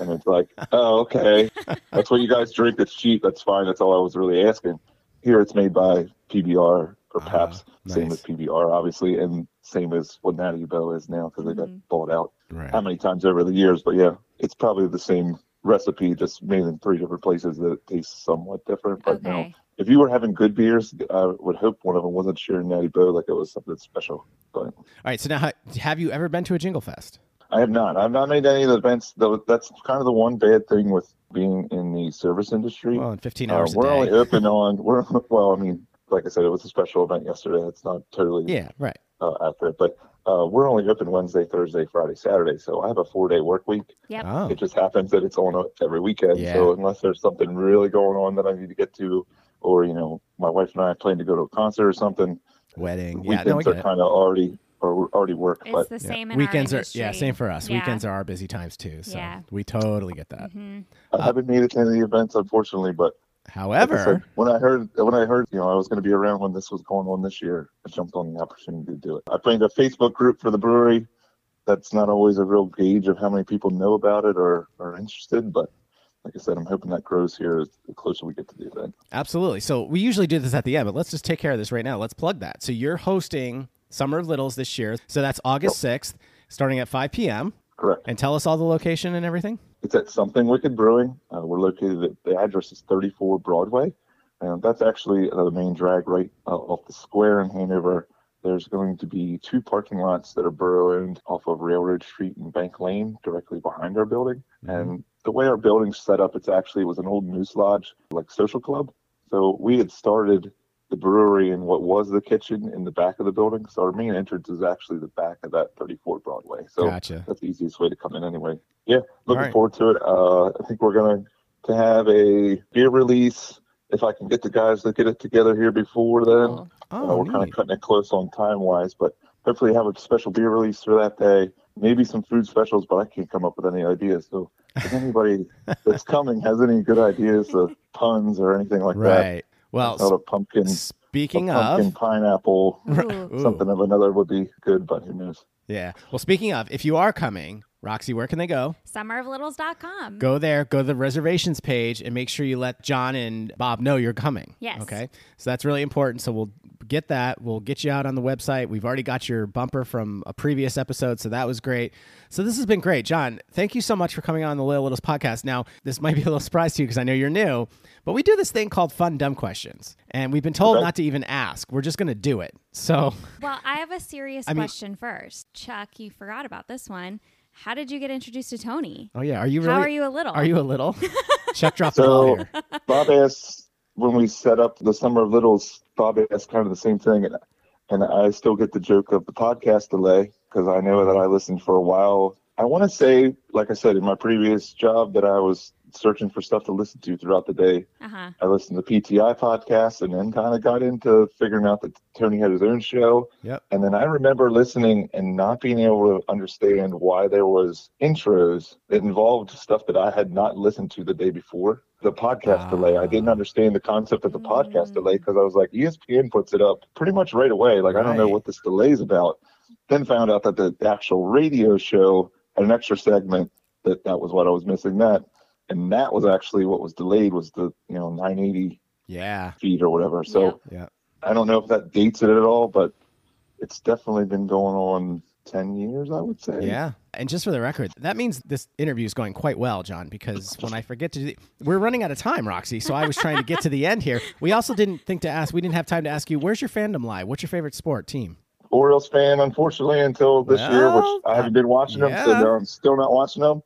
And it's like, oh, okay. That's what you guys drink. That's cheap. That's fine. That's all I was really asking. Here it's made by PBR or Ah, PAPS, same nice. as PBR, obviously, and same as what Natty Bell is now because they Mhm. got bought out Right. how many times over the years, but yeah, it's probably the same recipe, just made in three different places that it tastes somewhat different. But no, Okay. if you were having good beers, I would hope one of them wasn't sharing Natty Bow like it was something special. But All right. So now, ha- have you ever been to a Jingle Fest? I have not. I've not made any of the events. Though that's kind of the one bad thing with being in the service industry. Well, in 15 Uh, hours we're a only day. open on we're well. I mean, like I said, it was a special event yesterday. It's not totally yeah. Right. uh, after it, but uh, we're only open Wednesday, Thursday, Friday, Saturday. So I have a four day work week. Yep. Oh. It just happens that it's on every weekend. Yeah. So unless there's something really going on that I need to get to, or you know, my wife and I plan to go to a concert or something, Wedding. Yeah. weekends No, I are get it. kind of already or already work. It's but the Yeah. same in Weekends our are yeah, same for us. Yeah. Weekends are our busy times too. So Yeah. we totally get that. hmm Uh, I haven't made it to any events, unfortunately. But like I said, However, when I heard when I heard you know I was going to be around when this was going on this year, I jumped on the opportunity to do it. I joined a Facebook group for the brewery. That's not always a real gauge of how many people know about it or are interested, but like I said, I'm hoping that grows here as- the closer we get to the event. absolutely. So we usually do this at the end, but let's just take care of this right now. Let's plug that. So you're hosting Summer of Littles this year. So that's August 6th, starting at 5 p.m. Correct. And tell us all the location and everything. It's at Something Wicked Brewing. Uh, we're located at the address is 34 Broadway, and that's actually uh, the main drag right uh, off the square in Hanover. There's going to be two parking lots that are borough owned off of Railroad Street and Bank Lane, directly behind our building. And the way our building's set up, it's actually it was an old Moose Lodge like social club. So we had started the brewery in what was the kitchen in the back of the building. So our main entrance is actually the back of that 34 Broadway. So uh, Gotcha. that's the easiest way to come in anyway. Yeah, looking right. forward to it. Uh, I think we're going to have a beer release. If I can get the guys to get it together here before then, Cool. uh, Oh, we're kind neat. of cutting it close on time wise, but hopefully have a special beer release for that day. Maybe some food specials, but I can't come up with any ideas. So if anybody that's coming has any good ideas of puns or anything like that, right. Well, out s- of pumpkin, a speaking pumpkin of pineapple, Ooh. Ooh. something of another would be good, but who knows? Yeah. Well, speaking of, if you are coming, Roxy, where can they go? Summeroflittles.com. Go there, go to the reservations page, and make sure you let John and Bob know you're coming. Yes. Okay. So that's really important. So we'll get that. We'll get you out on the website. We've already got your bumper from a previous episode. So that was great. So this has been great. John, thank you so much for coming on the Loyal Littles podcast. Now, this might be a little surprise to you because I know you're new, but we do this thing called fun, dumb questions. And we've been told Okay. not to even ask. We're just going to do it. So, Well, I have a serious I mean- question first. Chuck, you forgot about this one. How did you get introduced to Tony? oh, yeah. Are you really? How are you a little? Are you a little? Chuck dropped the ball So here. Bob asked when we set up the Summer of Littles, Bob asked kind of the same thing, and and I still get the joke of the podcast delay because I know that I listened for a while. I want to say, like I said in my previous job, that I was searching for stuff to listen to throughout the day. Uh-huh. I listened to PTI podcast and then kind of got into figuring out that Tony had his own show. Yep. And then I remember listening and not being able to understand why there was intros that involved stuff that I had not listened to the day before. The podcast Ah. delay. I didn't understand the concept of the podcast Mm. delay because I was like, E ESPN puts it up pretty much right away. Like I don't know Right. what this delay is about. Then found out that the actual radio show had an extra segment that that was what I was missing. That and that was actually what was delayed was the you know 980 Yeah. feet or whatever. So Yep. Yeah. I don't know if that dates it at all, but it's definitely been going on ten years, I would say. Yeah. And just for the record, that means this interview is going quite well, John, because when I forget to do we're running out of time, Roxy. So I was trying to get to the end here. We also didn't think to ask, we didn't have time to ask you, where's your fandom lie? What's your favorite sport team? Orioles fan, unfortunately, until this year, Well, which I haven't been watching them, so yeah. no, I'm still not watching them.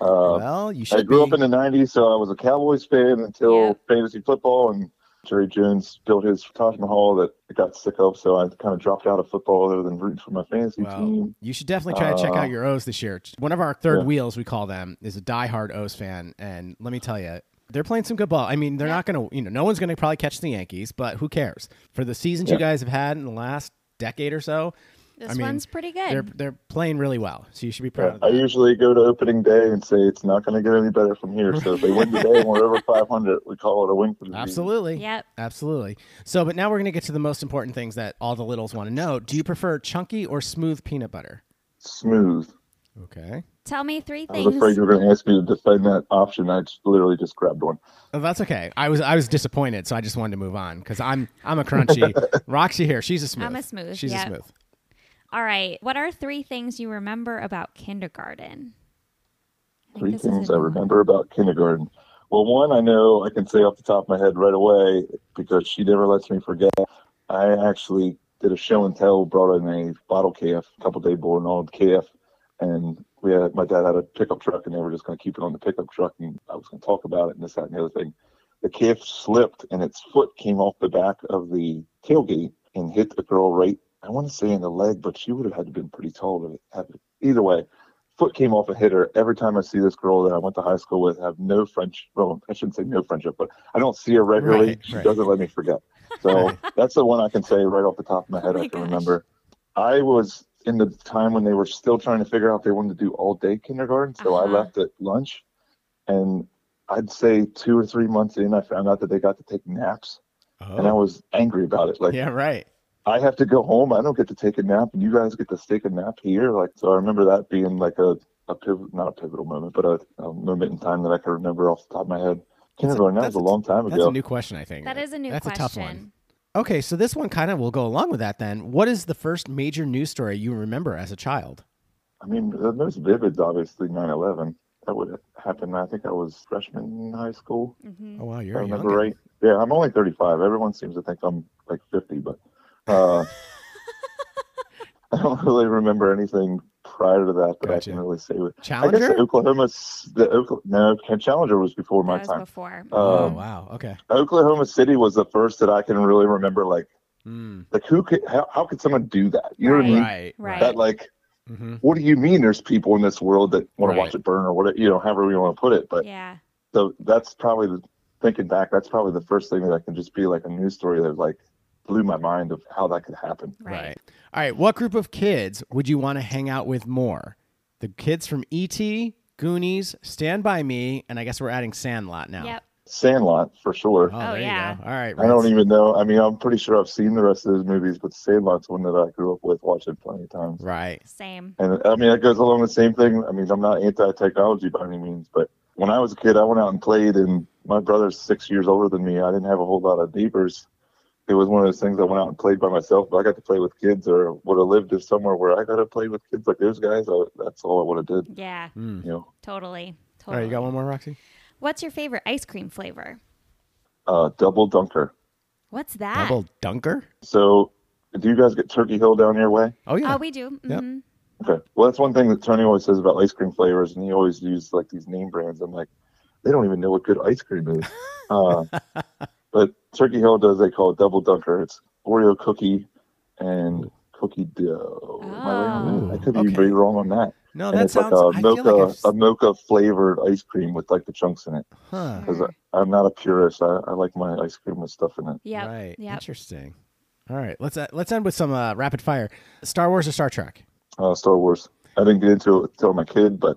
Uh, well, you should I grew be. up in the '90s, so I was a Cowboys fan until Yeah. fantasy football, and Jerry Jones built his Taj Mahal that I got sick of, so I kind of dropped out of football other than rooting for my fantasy team. You should definitely try to check Uh, out your O's this year. One of our third yeah. wheels, we call them, is a diehard O's fan, and let me tell you, they're playing some good ball. I mean, they're not going to, you know, no one's going to probably catch the Yankees, but who cares? For the seasons you Yeah. guys have had in the last decade or so, This I mean, one's pretty good. They're they're playing really well, so you should be proud. Yeah, of I that. usually go to opening day and say it's not going to get any better from here. So if they win today and we're over 500, we call it a win for the season. Absolutely. Yep. Absolutely. So, but now we're going to get to the most important things that all the littles want to know. Do you prefer chunky or smooth peanut butter? Smooth. Okay. Tell me three I was afraid things. you were going to ask me to defend that option. I just literally just grabbed one. Oh, that's okay. I was I was disappointed, so I just wanted to move on because I'm I'm a crunchy. Roxy here, she's a smooth. I'm a smooth, She's yeah. a smooth. All right. What are three things you remember about kindergarten? I think Three this is things a I new one. remember about kindergarten. Well, one I know I can say off the top of my head right away because she never lets me forget. I actually did a show and tell, brought in a bottle KF, couple day boy and old KF, and we had my dad had a pickup truck and they were just going to keep it on the pickup truck and I was going to talk about it and this that and the other thing. The KF slipped and its foot came off the back of the tailgate and hit the girl right. I want to say in the leg, but she would have had to been pretty tall to have it. Either way, foot came off a hitter. Every time I see this girl that I went to high school with, have no French. Well, I shouldn't say no friendship, but I don't see her regularly. Right, she right. doesn't let me forget. So Right. that's the one I can say right off the top of my head. Oh my I can gosh. remember. I was in the time when they were still trying to figure out if they wanted to do all day kindergarten, so I Uh-huh. left at lunch, and I'd say two or three months in, I found out that they got to take naps, and I was angry about it. Like Oh, yeah, right. I have to go home. I don't get to take a nap, and you guys get to take a nap here. Like, so I remember that being like a, a pivot, not a pivotal moment, but a, a moment in time that I can remember off the top of my head. Kindergarten, that that's was a- a long time That's ago. a new question, I think. That is a new That's question. a tough one. Okay, so this one kind of will go along with that then. What is the first major news story you remember as a child? I mean, the most vivid's obviously 9 11. That would happen. I think I was freshman in high school. Mhm. Oh wow, if you're a I young remember right. Yeah, I'm only 35. Everyone seems to think I'm like 50, but uh, I don't really remember anything prior to that that Gotcha. I can really say with I guess Challenger. the Oklahoma, s- the Oklahoma, no, Ken Challenger was before my That was time. before. Mm-hmm. oh Um, wow. Okay. Oklahoma City was the first that I can really remember. Like, Mm. like who could, how, how could someone do that? You know what I mean? Right. Right. That like, hmm what do you mean? There's people in this world that want Right. to watch it burn or whatever, you know, however you want to put it. But yeah. so that's probably the, thinking back. That's probably the first thing that I can just be like a news story that like blew my mind of how that could happen. Right. All right. What group of kids would you want to hang out with more? The kids from E.T., Goonies, Stand By Me, and I guess we're adding Sandlot now. Yep. Sandlot for sure. Oh, Oh, there yeah. you go. All right. I don't Reds. even know. I mean, I'm pretty sure I've seen the rest of those movies, but Sandlot's one that I grew up with watching plenty of times. Right. Same. And I mean, that goes along the same thing. I mean, I'm not anti technology by any means, but when I was a kid, I went out and played, and my brother's six years older than me. I didn't have a whole lot of neighbors. It was one of those things I went out and played by myself, but I got to play with kids or would have lived in somewhere where I got to play with kids like those guys. I, that's all I would have did, Yeah. Mm. you know. Totally. All Totally. right. You got one more, Roxy? What's your favorite ice cream flavor? Uh, double dunker. What's that? Double Dunker? So, do you guys get Turkey Hill down your way? Oh, yeah. Oh, we do. Yep. Mhm. Okay. Well, that's one thing that Tony always says about ice cream flavors, and he always used like these name brands. I'm like, they don't even know what good ice cream is. Uh, but Turkey Hill does. They call it Double Dunker. It's Oreo cookie and cookie dough. Am I right on that? I could be okay. very wrong on that. no, and that it's like uh, sounds. a I feel mocha, like I've, a mocha flavored ice cream with like the chunks in it. huh. Because I'm not a purist. I, I like my ice cream with stuff in it. Yep. Right. Yep. Interesting. All right. Let's uh, let's end with some uh, rapid fire. Star Wars or Star Trek? Uh, Star Wars. I didn't get into it till my kid, but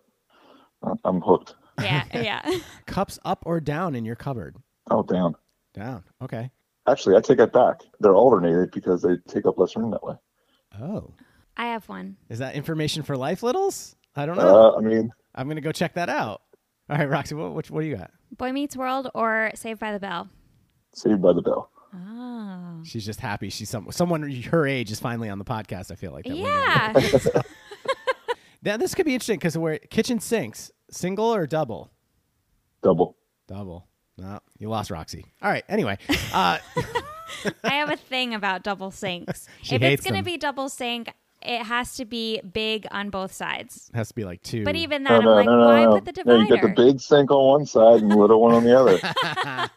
I- I'm hooked. Yeah. Yeah. Cups up or down in your cupboard? Oh, damn. Down. Okay. Actually, I take that back. They're alternated because they take up less room that way. Oh, I have one. is that information for life, littles? I don't know. Oh. Uh, I mean, I'm gonna go check that out. All right, Roxy, what what, what do you got? Boy Meets World or Saved by the Bell? Saved by the Bell. Oh. She's just happy. She's some someone her age is finally on the podcast. I feel like that we're gonna- Yeah. Now this could be interesting because we're kitchen sinks, single or double? Double. Double. No, you lost Roxy. All right. Anyway, uh, I have a thing about double sinks. She if hates it's going them. to be double sink, it has to be big on both sides. has to be like two. But even No, that, no, I'm like, no, why no, no. put the no. divider? You get the big sink on one side and the little one on the other.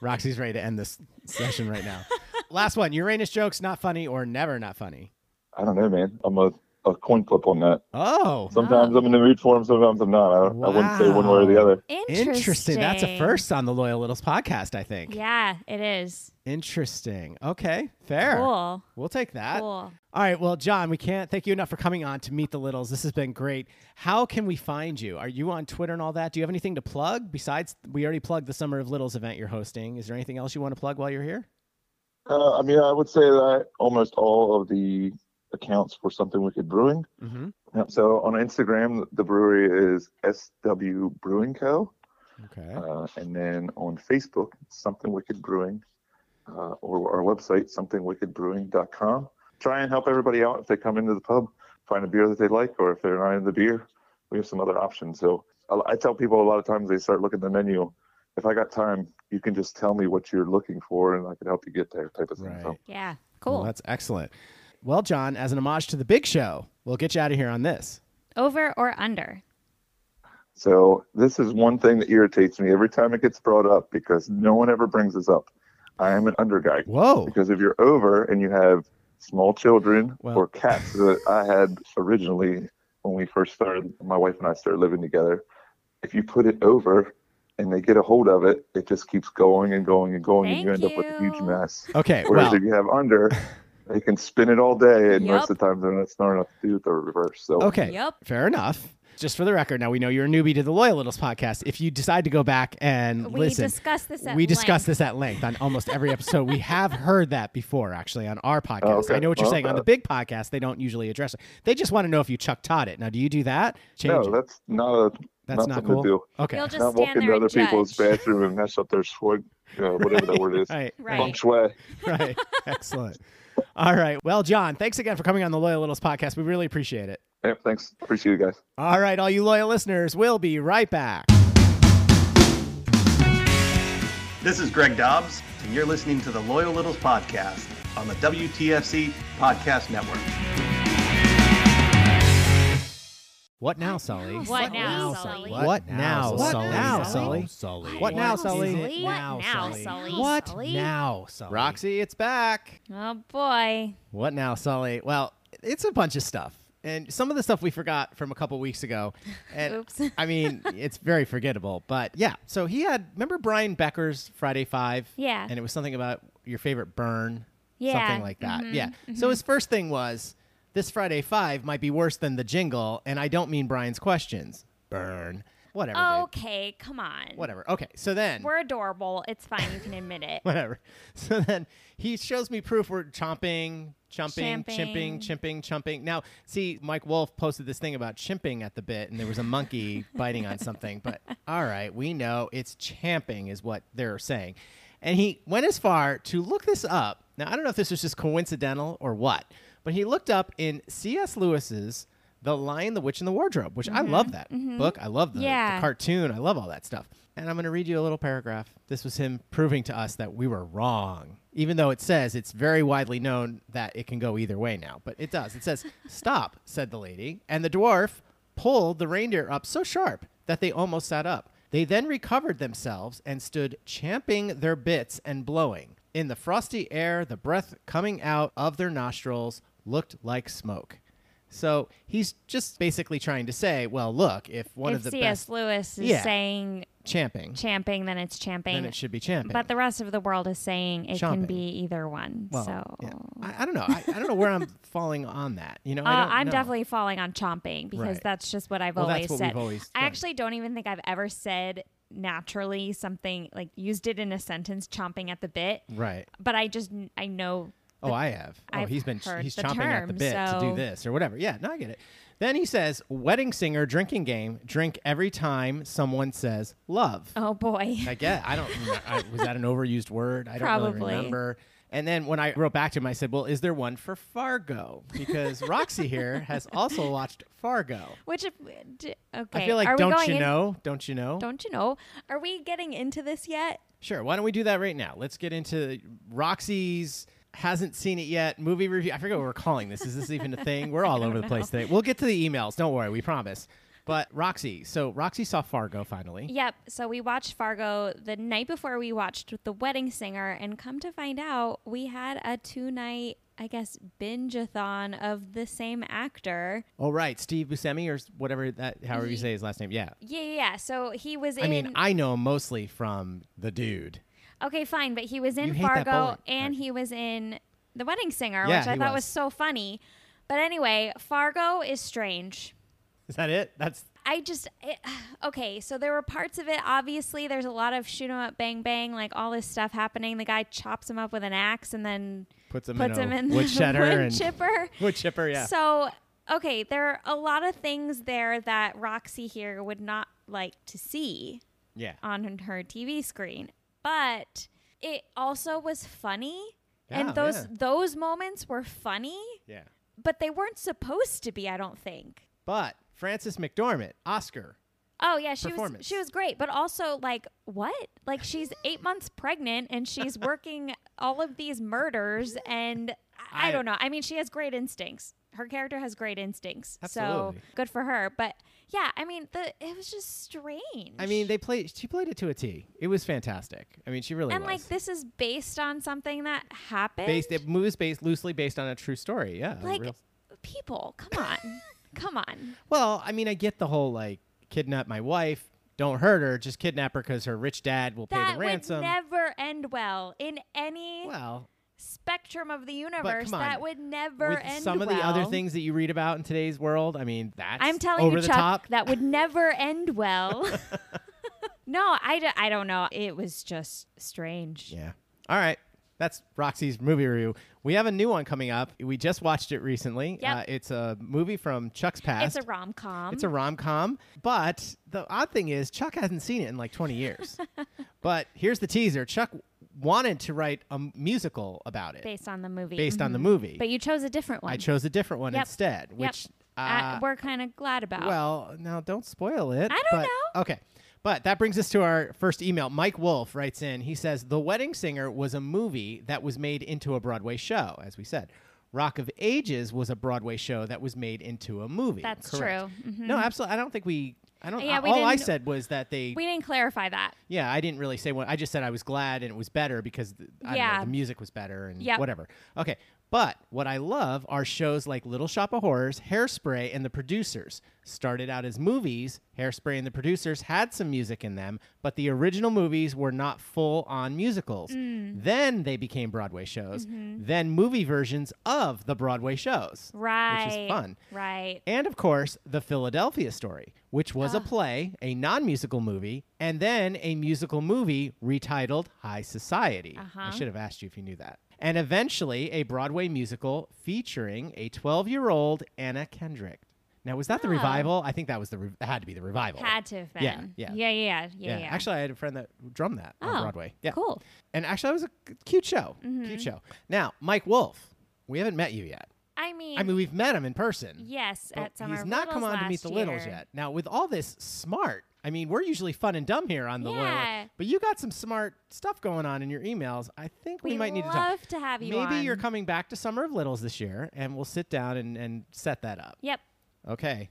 Roxy's ready to end this session right now. Last one Uranus jokes, not funny or never not funny. I don't know, man. I'm a, a coin flip on that. Oh. Sometimes I'm in the mood for them, sometimes I'm not. I, don't- I wouldn't say one way or the other. Interesting. That's a Interesting. first on the Loyal Littles podcast, I think. Yeah, it is. Interesting. Okay, fair. Cool. We'll take that. Cool. All right, well, John, we can't thank you enough for coming on to Meet the Littles. This has been great. How can we find you? Are you on Twitter and all that? Do you have anything to plug besides we already plugged the Summer of Littles event you're hosting? Is there anything else you want to plug while you're here? Uh, I mean, I would say that almost all of the accounts for Something Wicked Brewing. Mhm. Yep, So on Instagram, the brewery is SW Brewing Co. Okay. Uh, and then on Facebook, Something Wicked Brewing, uh, or our website, somethingwickedbrewing.com. Try and help everybody out if they come into the pub, find a beer that they like, or if they're not into beer, we have some other options. So I, I tell people a lot of times they start looking at the menu. If I got time, you can just tell me what you're looking for, and I can help you get there, type of thing. So Yeah. Well, Cool. that's excellent. Well, John, as an homage to the big show, we'll get you out of here on this. Over or under? So this is one thing that irritates me every time it gets brought up because no one ever brings this up. I am an under guy. Whoa. Because if you're over and you have small children Well- or cats that I had originally when we first started, my wife and I started living together, if you put it over and they get a hold of it, it just keeps going and going and going and you end up with a huge mess. Okay, Whereas well- if you have under, they can spin it all day and Yup. most of the time they're not smart enough to do the reverse. So Okay. Fair enough. Just for the record, now we know you're a newbie to the Loyal Littles podcast. If you decide to go back and We listen, discussed this at we discussed length. this at length on almost every episode. we have heard that before, actually, on our podcast. Oh, okay. I know what you're Well, saying. on uh, the big podcast, they don't usually address it. They just want to know if you Chuck Todd it. Now, do you do that? Change it. no, that's not a That's not nothing cool? to do. Okay. You'll just not walk stand into there other and people's bathroom and mess up their swag, uh, whatever that word is. Right, Right. Feng shui. right. Excellent. All right. Well, John, thanks again for coming on the Loyal Littles podcast. We really appreciate it. Yep, thanks. Appreciate you guys. All right, all you loyal listeners, we'll be right back. This is Greg Dobbs, and you're listening to the Loyal Littles Podcast on the WTFC Podcast Network. What now, Sully? What What now, now, Sully? Sully? What now, What Sully? now, Sully? What now, Sully? What now, Sully? What Sully? now, Sully? Roxy, it's back. Oh boy. What now, Sully? Well, it's a bunch of stuff. And some of the stuff we forgot from a couple weeks ago. And Oops. I mean, it's very forgettable. But yeah, so he had, remember Brian Becker's Friday Five? Yeah. And it was something about your favorite burn. Yeah, Something like that. mhm, Yeah. So his first thing was this Friday Five might be worse than the jingle. And I don't mean Brian's questions. Burn. Whatever. dude. okay, come on. Whatever. Okay. So then. Oh, We're adorable. It's fine. You can admit it. whatever. So then he shows me proof we're chomping, chumping, chimping, Champing. chimping, chumping. Now, see, Mike Wolf posted this thing about chimping at the bit, and there was a monkey biting on something. But all right, we know it's champing is what they're saying. And he went as far to look this up. Now, I don't know if this was just coincidental or what, but he looked up in C.S. Lewis's The Lion, the Witch, and the Wardrobe, which I love that mhm. book. I love the, the Yeah. cartoon. I love all that stuff. And I'm going to read you a little paragraph. This was him proving to us that we were wrong, even though it says it's very widely known that it can go either way now. But it does. It says, Stop, said the lady. And the dwarf pulled the reindeer up so sharp that they almost sat up. They then recovered themselves and stood champing their bits and blowing. In the frosty air, the breath coming out of their nostrils looked like smoke. So he's just basically trying to say, well, look, if one if of the C.S. best Lewis is Yeah. saying champing, champing, then it's champing. then it should be champing. But the rest of the world is saying it can Chomping. be either one. Well, so yeah. I, I don't know. I, I don't know where I'm falling on that. You know, I Uh, don't I'm know. definitely falling on chomping because Right. that's just what I've Well, that's always what we've said. always I done. actually don't even think I've ever said naturally something like used it in a sentence, chomping at the bit. right. But I just I know. Oh, I have. Oh, I've he's been heard he's the chomping at the term, bit to so- do this or whatever. Yeah, no, I get it. Then he says, "Wedding singer, drinking game, drink every time someone says love." Oh boy. I get. I don't. I, was that an overused word? I don't Probably. really remember. And then when I wrote back to him, I said, "Well, is there one for Fargo? Because Roxy here has also watched Fargo. Which if d- okay. I feel like Are we don't going you in- know? Don't you know? Don't you know? Are we getting into this yet? Sure. Why don't we do that right now? Let's get into Roxy's hasn't seen it yet movie review. I forget what we're calling this. Is this even a thing? We're all over the place today. We'll get to the emails. Don't worry. We promise. But Roxy, so Roxy saw Fargo finally. Yep. So we watched Fargo the night before we watched The Wedding Singer, and come to find out, we had a two night, I guess, binge-a-thon of the same actor. Oh right, Steve Buscemi or s- whatever that however you say his last name. Yeah. Yeah, yeah. yeah. So he was in. I mean, I know him mostly from the dude. okay, fine, but he was You in hate that Fargo, bullet. and he was in The Wedding Singer, Yeah, which I he thought was. was so funny. But anyway, Fargo is strange. Is that it? That's I just it, okay. So there were parts of it. Obviously, there's a lot of shoot 'em up, bang bang, like all this stuff happening. The guy chops him up with an axe and then Puts him in puts a him in wood the cheddar wood and- chipper. Wood chipper, yeah. So okay, there are a lot of things there that Roxy here would not like to see Yeah. on her TV screen, but it also was funny, Yeah, and those yeah. those moments were funny, Yeah. but they weren't supposed to be. I don't think. But Frances McDormand, Oscar. Oh yeah, she was performance. she was great, but also like what? Like she's eight months pregnant and she's working all of these murders, and I, I- I don't know. I mean, she has great instincts. Her character has great instincts, Absolutely. so good for her. But yeah, I mean, the it was just strange. I mean, they played she played it to a T. It was fantastic. I mean, she really and was. like this is based on something that happened. based it moves based loosely based on a true story. Yeah. a like real- people, come on, come on. Well, I mean, I get the whole like kidnap my wife, don't hurt her, just kidnap her because her rich dad will pay That the would ransom. never end well in any well, spectrum of the universe. on, That would never with end some of well. the other things that you read about in today's world, I mean, that's I'm telling over you, the Chuck, top. that would never end well. no, I, d- I don't know. It was just strange. Yeah. All right. That's Roxy's movie review. We have a new one coming up. We just watched it recently. Yep. Uh, it's a movie from Chuck's past. It's a rom com. It's a rom com. But the odd thing is, Chuck hasn't seen it in like 20 years. but here's the teaser Chuck wanted to write a m- musical about it based on the movie. based on the Mhm. movie. But you chose a different one. I chose a different one Yep. instead, Yep. which I- uh, we're kind of glad about. well, now don't spoil it. I don't but- Okay. But that brings us to our first email. Mike Wolf writes in. He says, The Wedding Singer was a movie that was made into a Broadway show, as we said. Rock of Ages was a Broadway show that was made into a movie. That's Correct. true. Mhm. No, absolutely. I don't think we. I don't. Yeah, we all I didn't- said was that they. we didn't clarify that. yeah, I didn't really say what. I just said I was glad and it was better because th- I don't know, Yeah. the music was better and Yep. whatever. Okay. But what I love are shows like Little Shop of Horrors, Hairspray, and The Producers. Started out as movies, Hairspray and The Producers had some music in them, but the original movies were not full on musicals. Mm. Then they became Broadway shows, Mhm. then movie versions of the Broadway shows. Right. Which is fun. Right. And of course, The Philadelphia Story, which Ah. was a play, a non musical movie, and then a musical movie retitled High Society. I Uh-huh. should have asked you if you knew that. And eventually, a Broadway musical featuring a 12 year old Anna Kendrick. Now, was that the Oh. revival? I think that was the re- had to be the revival. Had to have been. Yeah, yeah. Yeah, yeah, yeah. yeah, yeah. Actually, I had a friend that drummed that on Oh, Broadway. Yeah. cool. And actually, that was a c- cute show. Cute Mhm. show. Now, Mike Wolf, we haven't met you yet. I mean, I mean, we've met him in person. yes, But at Summer Oh, he's of not Littles come on to meet last the littles year. yet. Now with all this smart, I mean we're usually fun and dumb here on the Yeah. loyal, but you got some smart stuff going on in your emails. I think we, We'd might need to talk. love to have you Maybe you're on. coming back to Summer of Littles this year, and we'll sit down and, and set that up. Yep. Okay.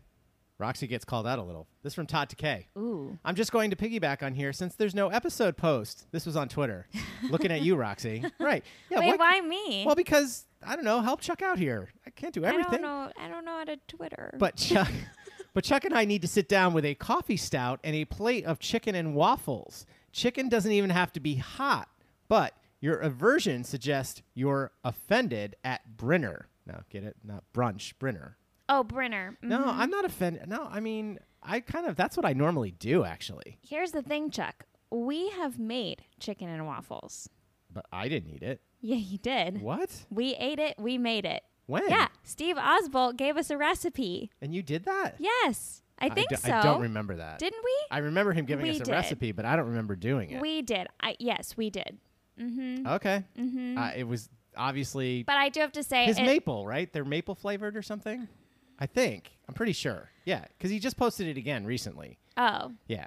Roxy gets called out a little. This is from Todd Decay. Ooh. I'm just going to piggyback on here since there's no episode post. This was on Twitter. Looking at you, Roxy. Right. Yeah. Wait, what- why me? Well, because I don't know. Help Chuck out here. I can't do everything. I don't know. I don't know how to Twitter. But Chuck, but Chuck and I need to sit down with a coffee stout and a plate of chicken and waffles. Chicken doesn't even have to be hot, but your aversion suggests you're offended at Brinner. No, get it? Not brunch, Brinner. oh, Brenner. No, Mhm. I'm not offended. No, I mean, I kind of that's what I normally do actually, Here's the thing, Chuck. We have made chicken and waffles. but I didn't eat it. Yeah, you did. What? We ate it. We made it. When? Yeah, Steve Osbolt gave us a recipe. And you did that? Yes, I think do- so. I don't remember that. Didn't we? I remember him giving We us a did. recipe, but I don't remember doing it. We did. I yes, we did. Mm-hmm. okay. Mhm. Uh, it was obviously But I do have to say, his it- maple, right? They're maple flavored or something. I think. I'm pretty sure. Yeah, because he just posted it again recently. Oh Yeah,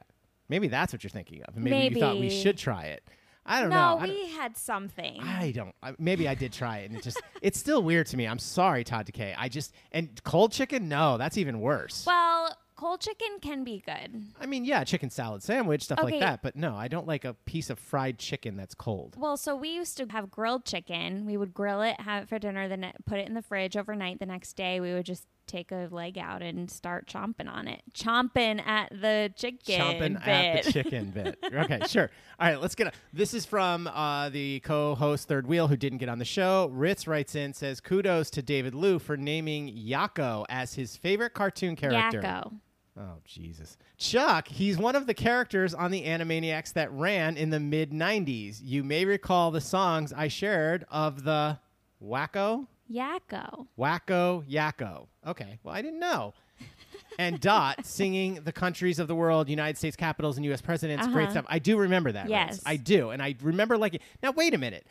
maybe that's what you're thinking of. and Maybe, you thought we Maybe. should try it. I don't no, know. I don't- we had something. I don't. I, maybe I did try it, and it just it's still weird to me. I'm sorry, Todd Decay. I just and cold chicken. No, that's even worse. well, Cold chicken can be good. I mean, yeah, chicken salad sandwich, stuff Okay. like that. But no, I don't like a piece of fried chicken that's cold. Well, so we used to have grilled chicken. We would grill it, have it for dinner, then it- put it in the fridge overnight. The next day, we would just take a leg out and start chomping on it, chomping at the chicken. Chomping bit. at the chicken bit. Okay, sure. All right, let's get. A, this is from uh, the co-host Third Wheel, who didn't get on the show. Ritz writes in, says, "Kudos to David Liu for naming Yakko as his favorite cartoon character." Yakko. Oh Jesus, Chuck! He's one of the characters on the Animaniacs that ran in the mid '90s. You may recall the songs I shared of the Wacko. Yakko. Wacko Yakko. Okay. Well, I didn't know. And Dot singing the countries of the world, United States capitals, and U.S. presidents. Great Uh-huh. stuff. I do remember that. Rose. Yes. I do. And I remember like it. Now, wait a minute.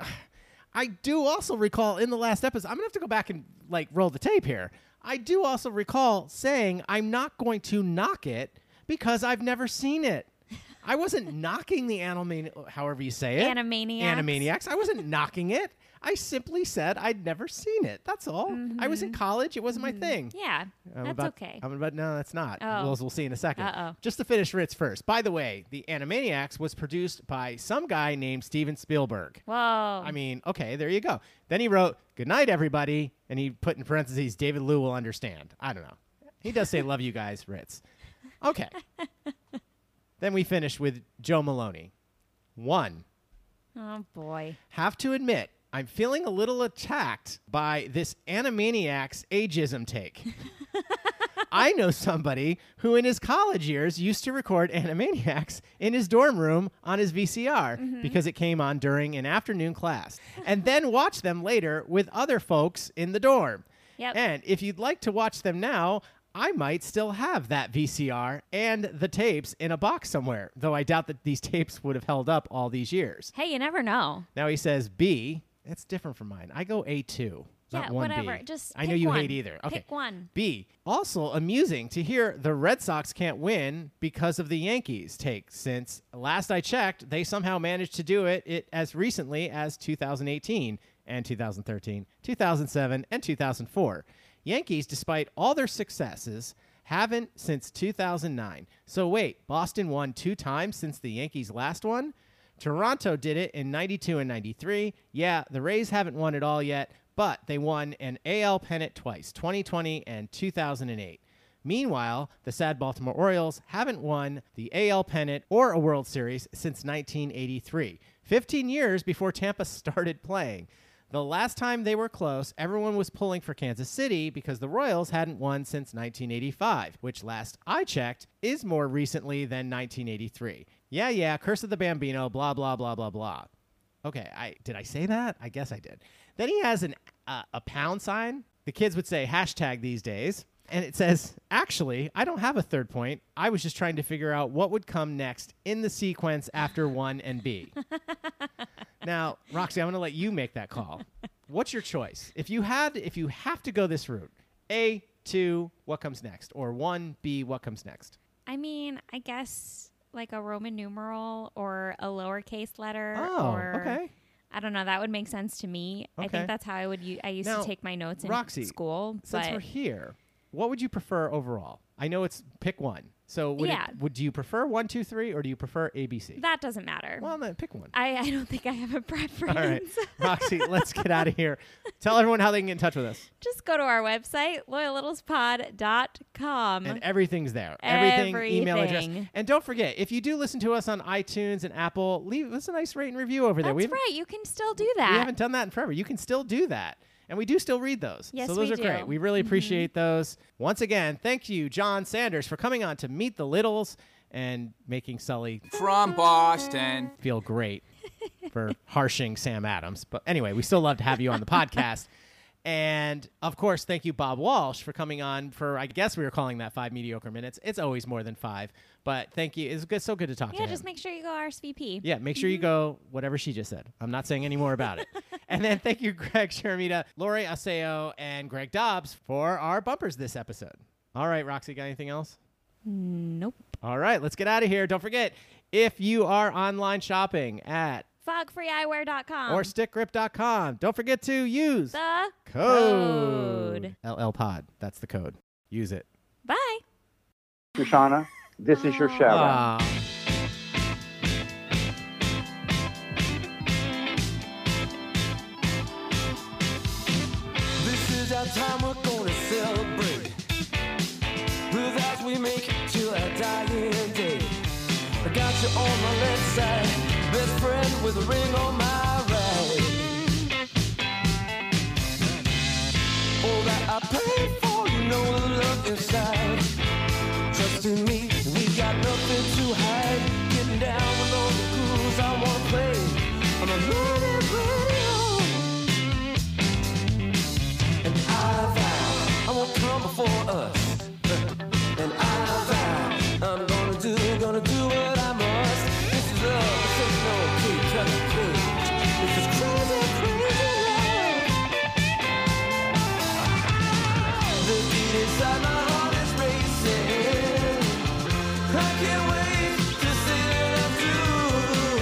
I do also recall in the last episode, I'm going to have to go back and like roll the tape here. I do also recall saying I'm not going to knock it because I've never seen it. I wasn't knocking the Animani- however you say it. Animaniacs. Animaniacs. I wasn't knocking it. I simply said I'd never seen it. That's all. I was in college. It wasn't my thing. Mm-hmm. Yeah, I'm that's about- okay. I'm about no, that's not. Oh. We'll, we'll see in a second. Uh-oh. Just to finish Ritz first. By the way, the Animaniacs was produced by some guy named Steven Spielberg. Whoa. I mean, okay, there you go. Then he wrote, "Good night, everybody," and he put in parentheses, "David Lou will understand." I don't know. He does say, "Love you guys, Ritz." Okay. then we finish with Joe Maloney. One Oh boy. have to admit, I'm feeling a little attacked by this Animaniacs ageism take. I know somebody who, in his college years, used to record Animaniacs in his dorm room on his VCR because it came on during an afternoon class, and then watch them later with other folks in the dorm. Yep. And if you'd like to watch them now, I might still have that VCR and the tapes in a box somewhere, though I doubt that these tapes would have held up all these years. Hey, you never know. Now he says B. That's different from mine. I go A two. Yeah, not one whatever. B. Just I know pick you one. hate either. Okay. Pick one. B. Also amusing to hear the Red Sox can't win because of the Yankees take since last I checked, they somehow managed to do it, it as recently as 2018 and 2013, 2007 and 2004. Yankees despite all their successes haven't since 2009. So wait, Boston won two times since the Yankees last one? Toronto did it in 92 and 93. Yeah, the Rays haven't won it all yet, but they won an AL pennant twice, 2020 and 2008. Meanwhile, the sad Baltimore Orioles haven't won the AL pennant or a World Series since 1983, 15 years before Tampa started playing. The last time they were close, everyone was pulling for Kansas City because the Royals hadn't won since 1985, which last I checked is more recently than 1983. Yeah, yeah, Curse of the Bambino, blah blah blah blah blah. Okay, I did I say that? I guess I did. Then he has an uh, a pound sign. The kids would say hashtag these days, and it says, "Actually, I don't have a third point. I was just trying to figure out what would come next in the sequence after 1 and B." now, Roxy, I'm going to let you make that call. What's your choice? If you had if you have to go this route, A, 2, what comes next or 1, B, what comes next? I mean, I guess like a Roman numeral or a lowercase letter. Oh, or, okay. I don't know. That would make sense to me. I Okay. think that's how I would. U- I used Now, to take my notes in Roxy, school. Since But we're here, what would you prefer overall? I know it's pick one. So would it- Yeah. would do you prefer one, two, three, or do you prefer ABC? that doesn't matter. well, then pick one. I, I don't think I have a preference. All right, Roxy, let's get out of here. Tell everyone how they can get in touch with us, Just go to our website, loyallittlespod.com. and everything's there. Everything, email address, Mm-hmm. Everything. and don't forget if you do listen to us on iTunes and Apple, leave us a nice rate and review over there. that's We haven't- right. You can still do We that. haven't done that in forever. You can still do that. And we do still read those. Yes, so those we are great. do. Mm-hmm. We really appreciate those. Once again, thank you, John Sanders, for coming on to Meet the Littles and making Sully From Boston. feel great for harshing Sam Adams. But anyway, we still love to have you on the podcast. And of course, thank you, Bob Walsh, for coming on for, I guess we were calling that five mediocre minutes. It's always more than five, but thank you. It's good, so good to talk to yeah, him. just make Mhm. sure you go RSVP. Yeah, make sure you go whatever she just said. I'm not saying any more about it. and then thank you, Greg Shermita, Lori Aseo, and Greg Dobbs for our bumpers this episode. All right, Roxy, got anything else? Nope. All right, let's get out of here. Don't forget, if you are online shopping at Fogfreeeyewear.com. or stickrip.com, don't forget to use Um, the code LL Pod. That's the code. Use it. Bye. Shoshana, this is your shout out. This is our time we're gonna celebrate. The vows we make till our dying day. I got you on my left side, best friend with a ring on my right. All that I pray for, you know the love inside. Trust in me, we got nothing to hide. Getting down with all the grooves I wanna play. I'm a little radio. And I vow I won't come before us. And I vow I'm gonna do, gonna do what I must. This is love, this ain't no cake, cut and cake. This is crazy, crazy love. The beat inside my heart is racing. I can't wait to see it all through.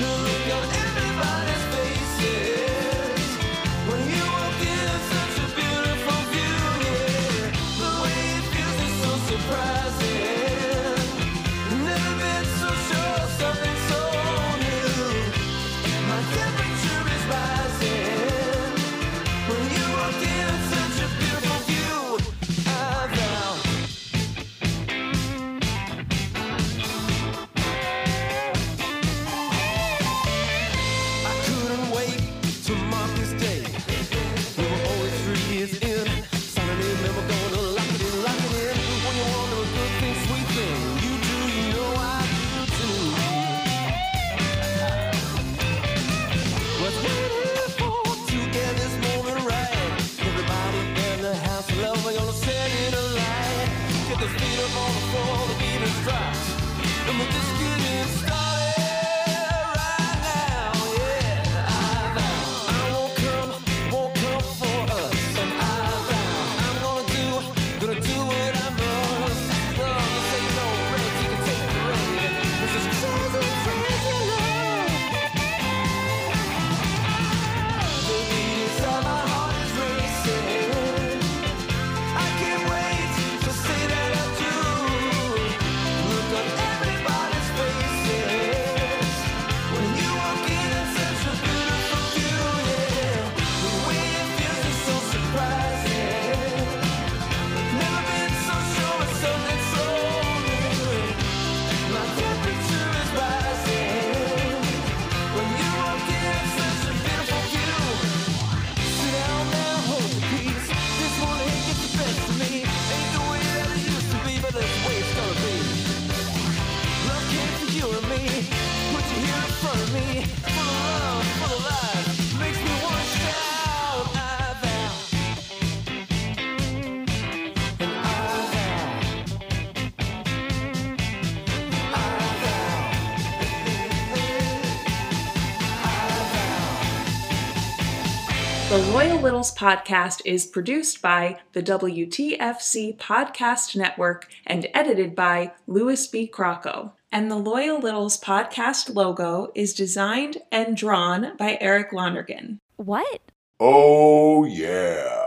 The look on everybody's faces. When you walk in, such a beautiful view, yeah. The way it feels is so surprising. Never been so sure, something so new. My temperature is rising. When you walk in, such a beautiful view. I vow. I couldn't wait to mark this day. We were only three years in. Signing in, never gonna lock it in, lock it in. When you want a good thing, sweet thing, you do, you know I do too. What's waiting for to get this moment right? Everybody in the house, love, we're gonna set it alight. Get the speed up on the floor, the beat is dropped. And we're just getting started right now, yeah. I won't come, won't come for us. And I vow I'm gonna do, gonna do what I must. Love, this ain't no rest, you can take the rain. This is crazy, crazy love. The beat inside my heart is racing. I can't wait to see that I do. Look on everybody's faces. When you walk in, it's such a beautiful view, yeah. The way it feels is so surprising. Never been so sure of something so new. My temperature is rising. When you walk in, it's such a beautiful view. Sit down now, hold your peace. This one ain't get the best of me. Ain't the way that it used to be, but that's the way it's gonna be. Love came for you and me. Put you here in front of me. Full of love, full of life. Makes me wanna shout. I vow. And I vow. I vow. The Loyal Littles podcast is produced by the WTFC Podcast Network and edited by Louis B. Crocco. And the Loyal Littles podcast logo is designed and drawn by Eric Lonergan. What? Oh, yeah.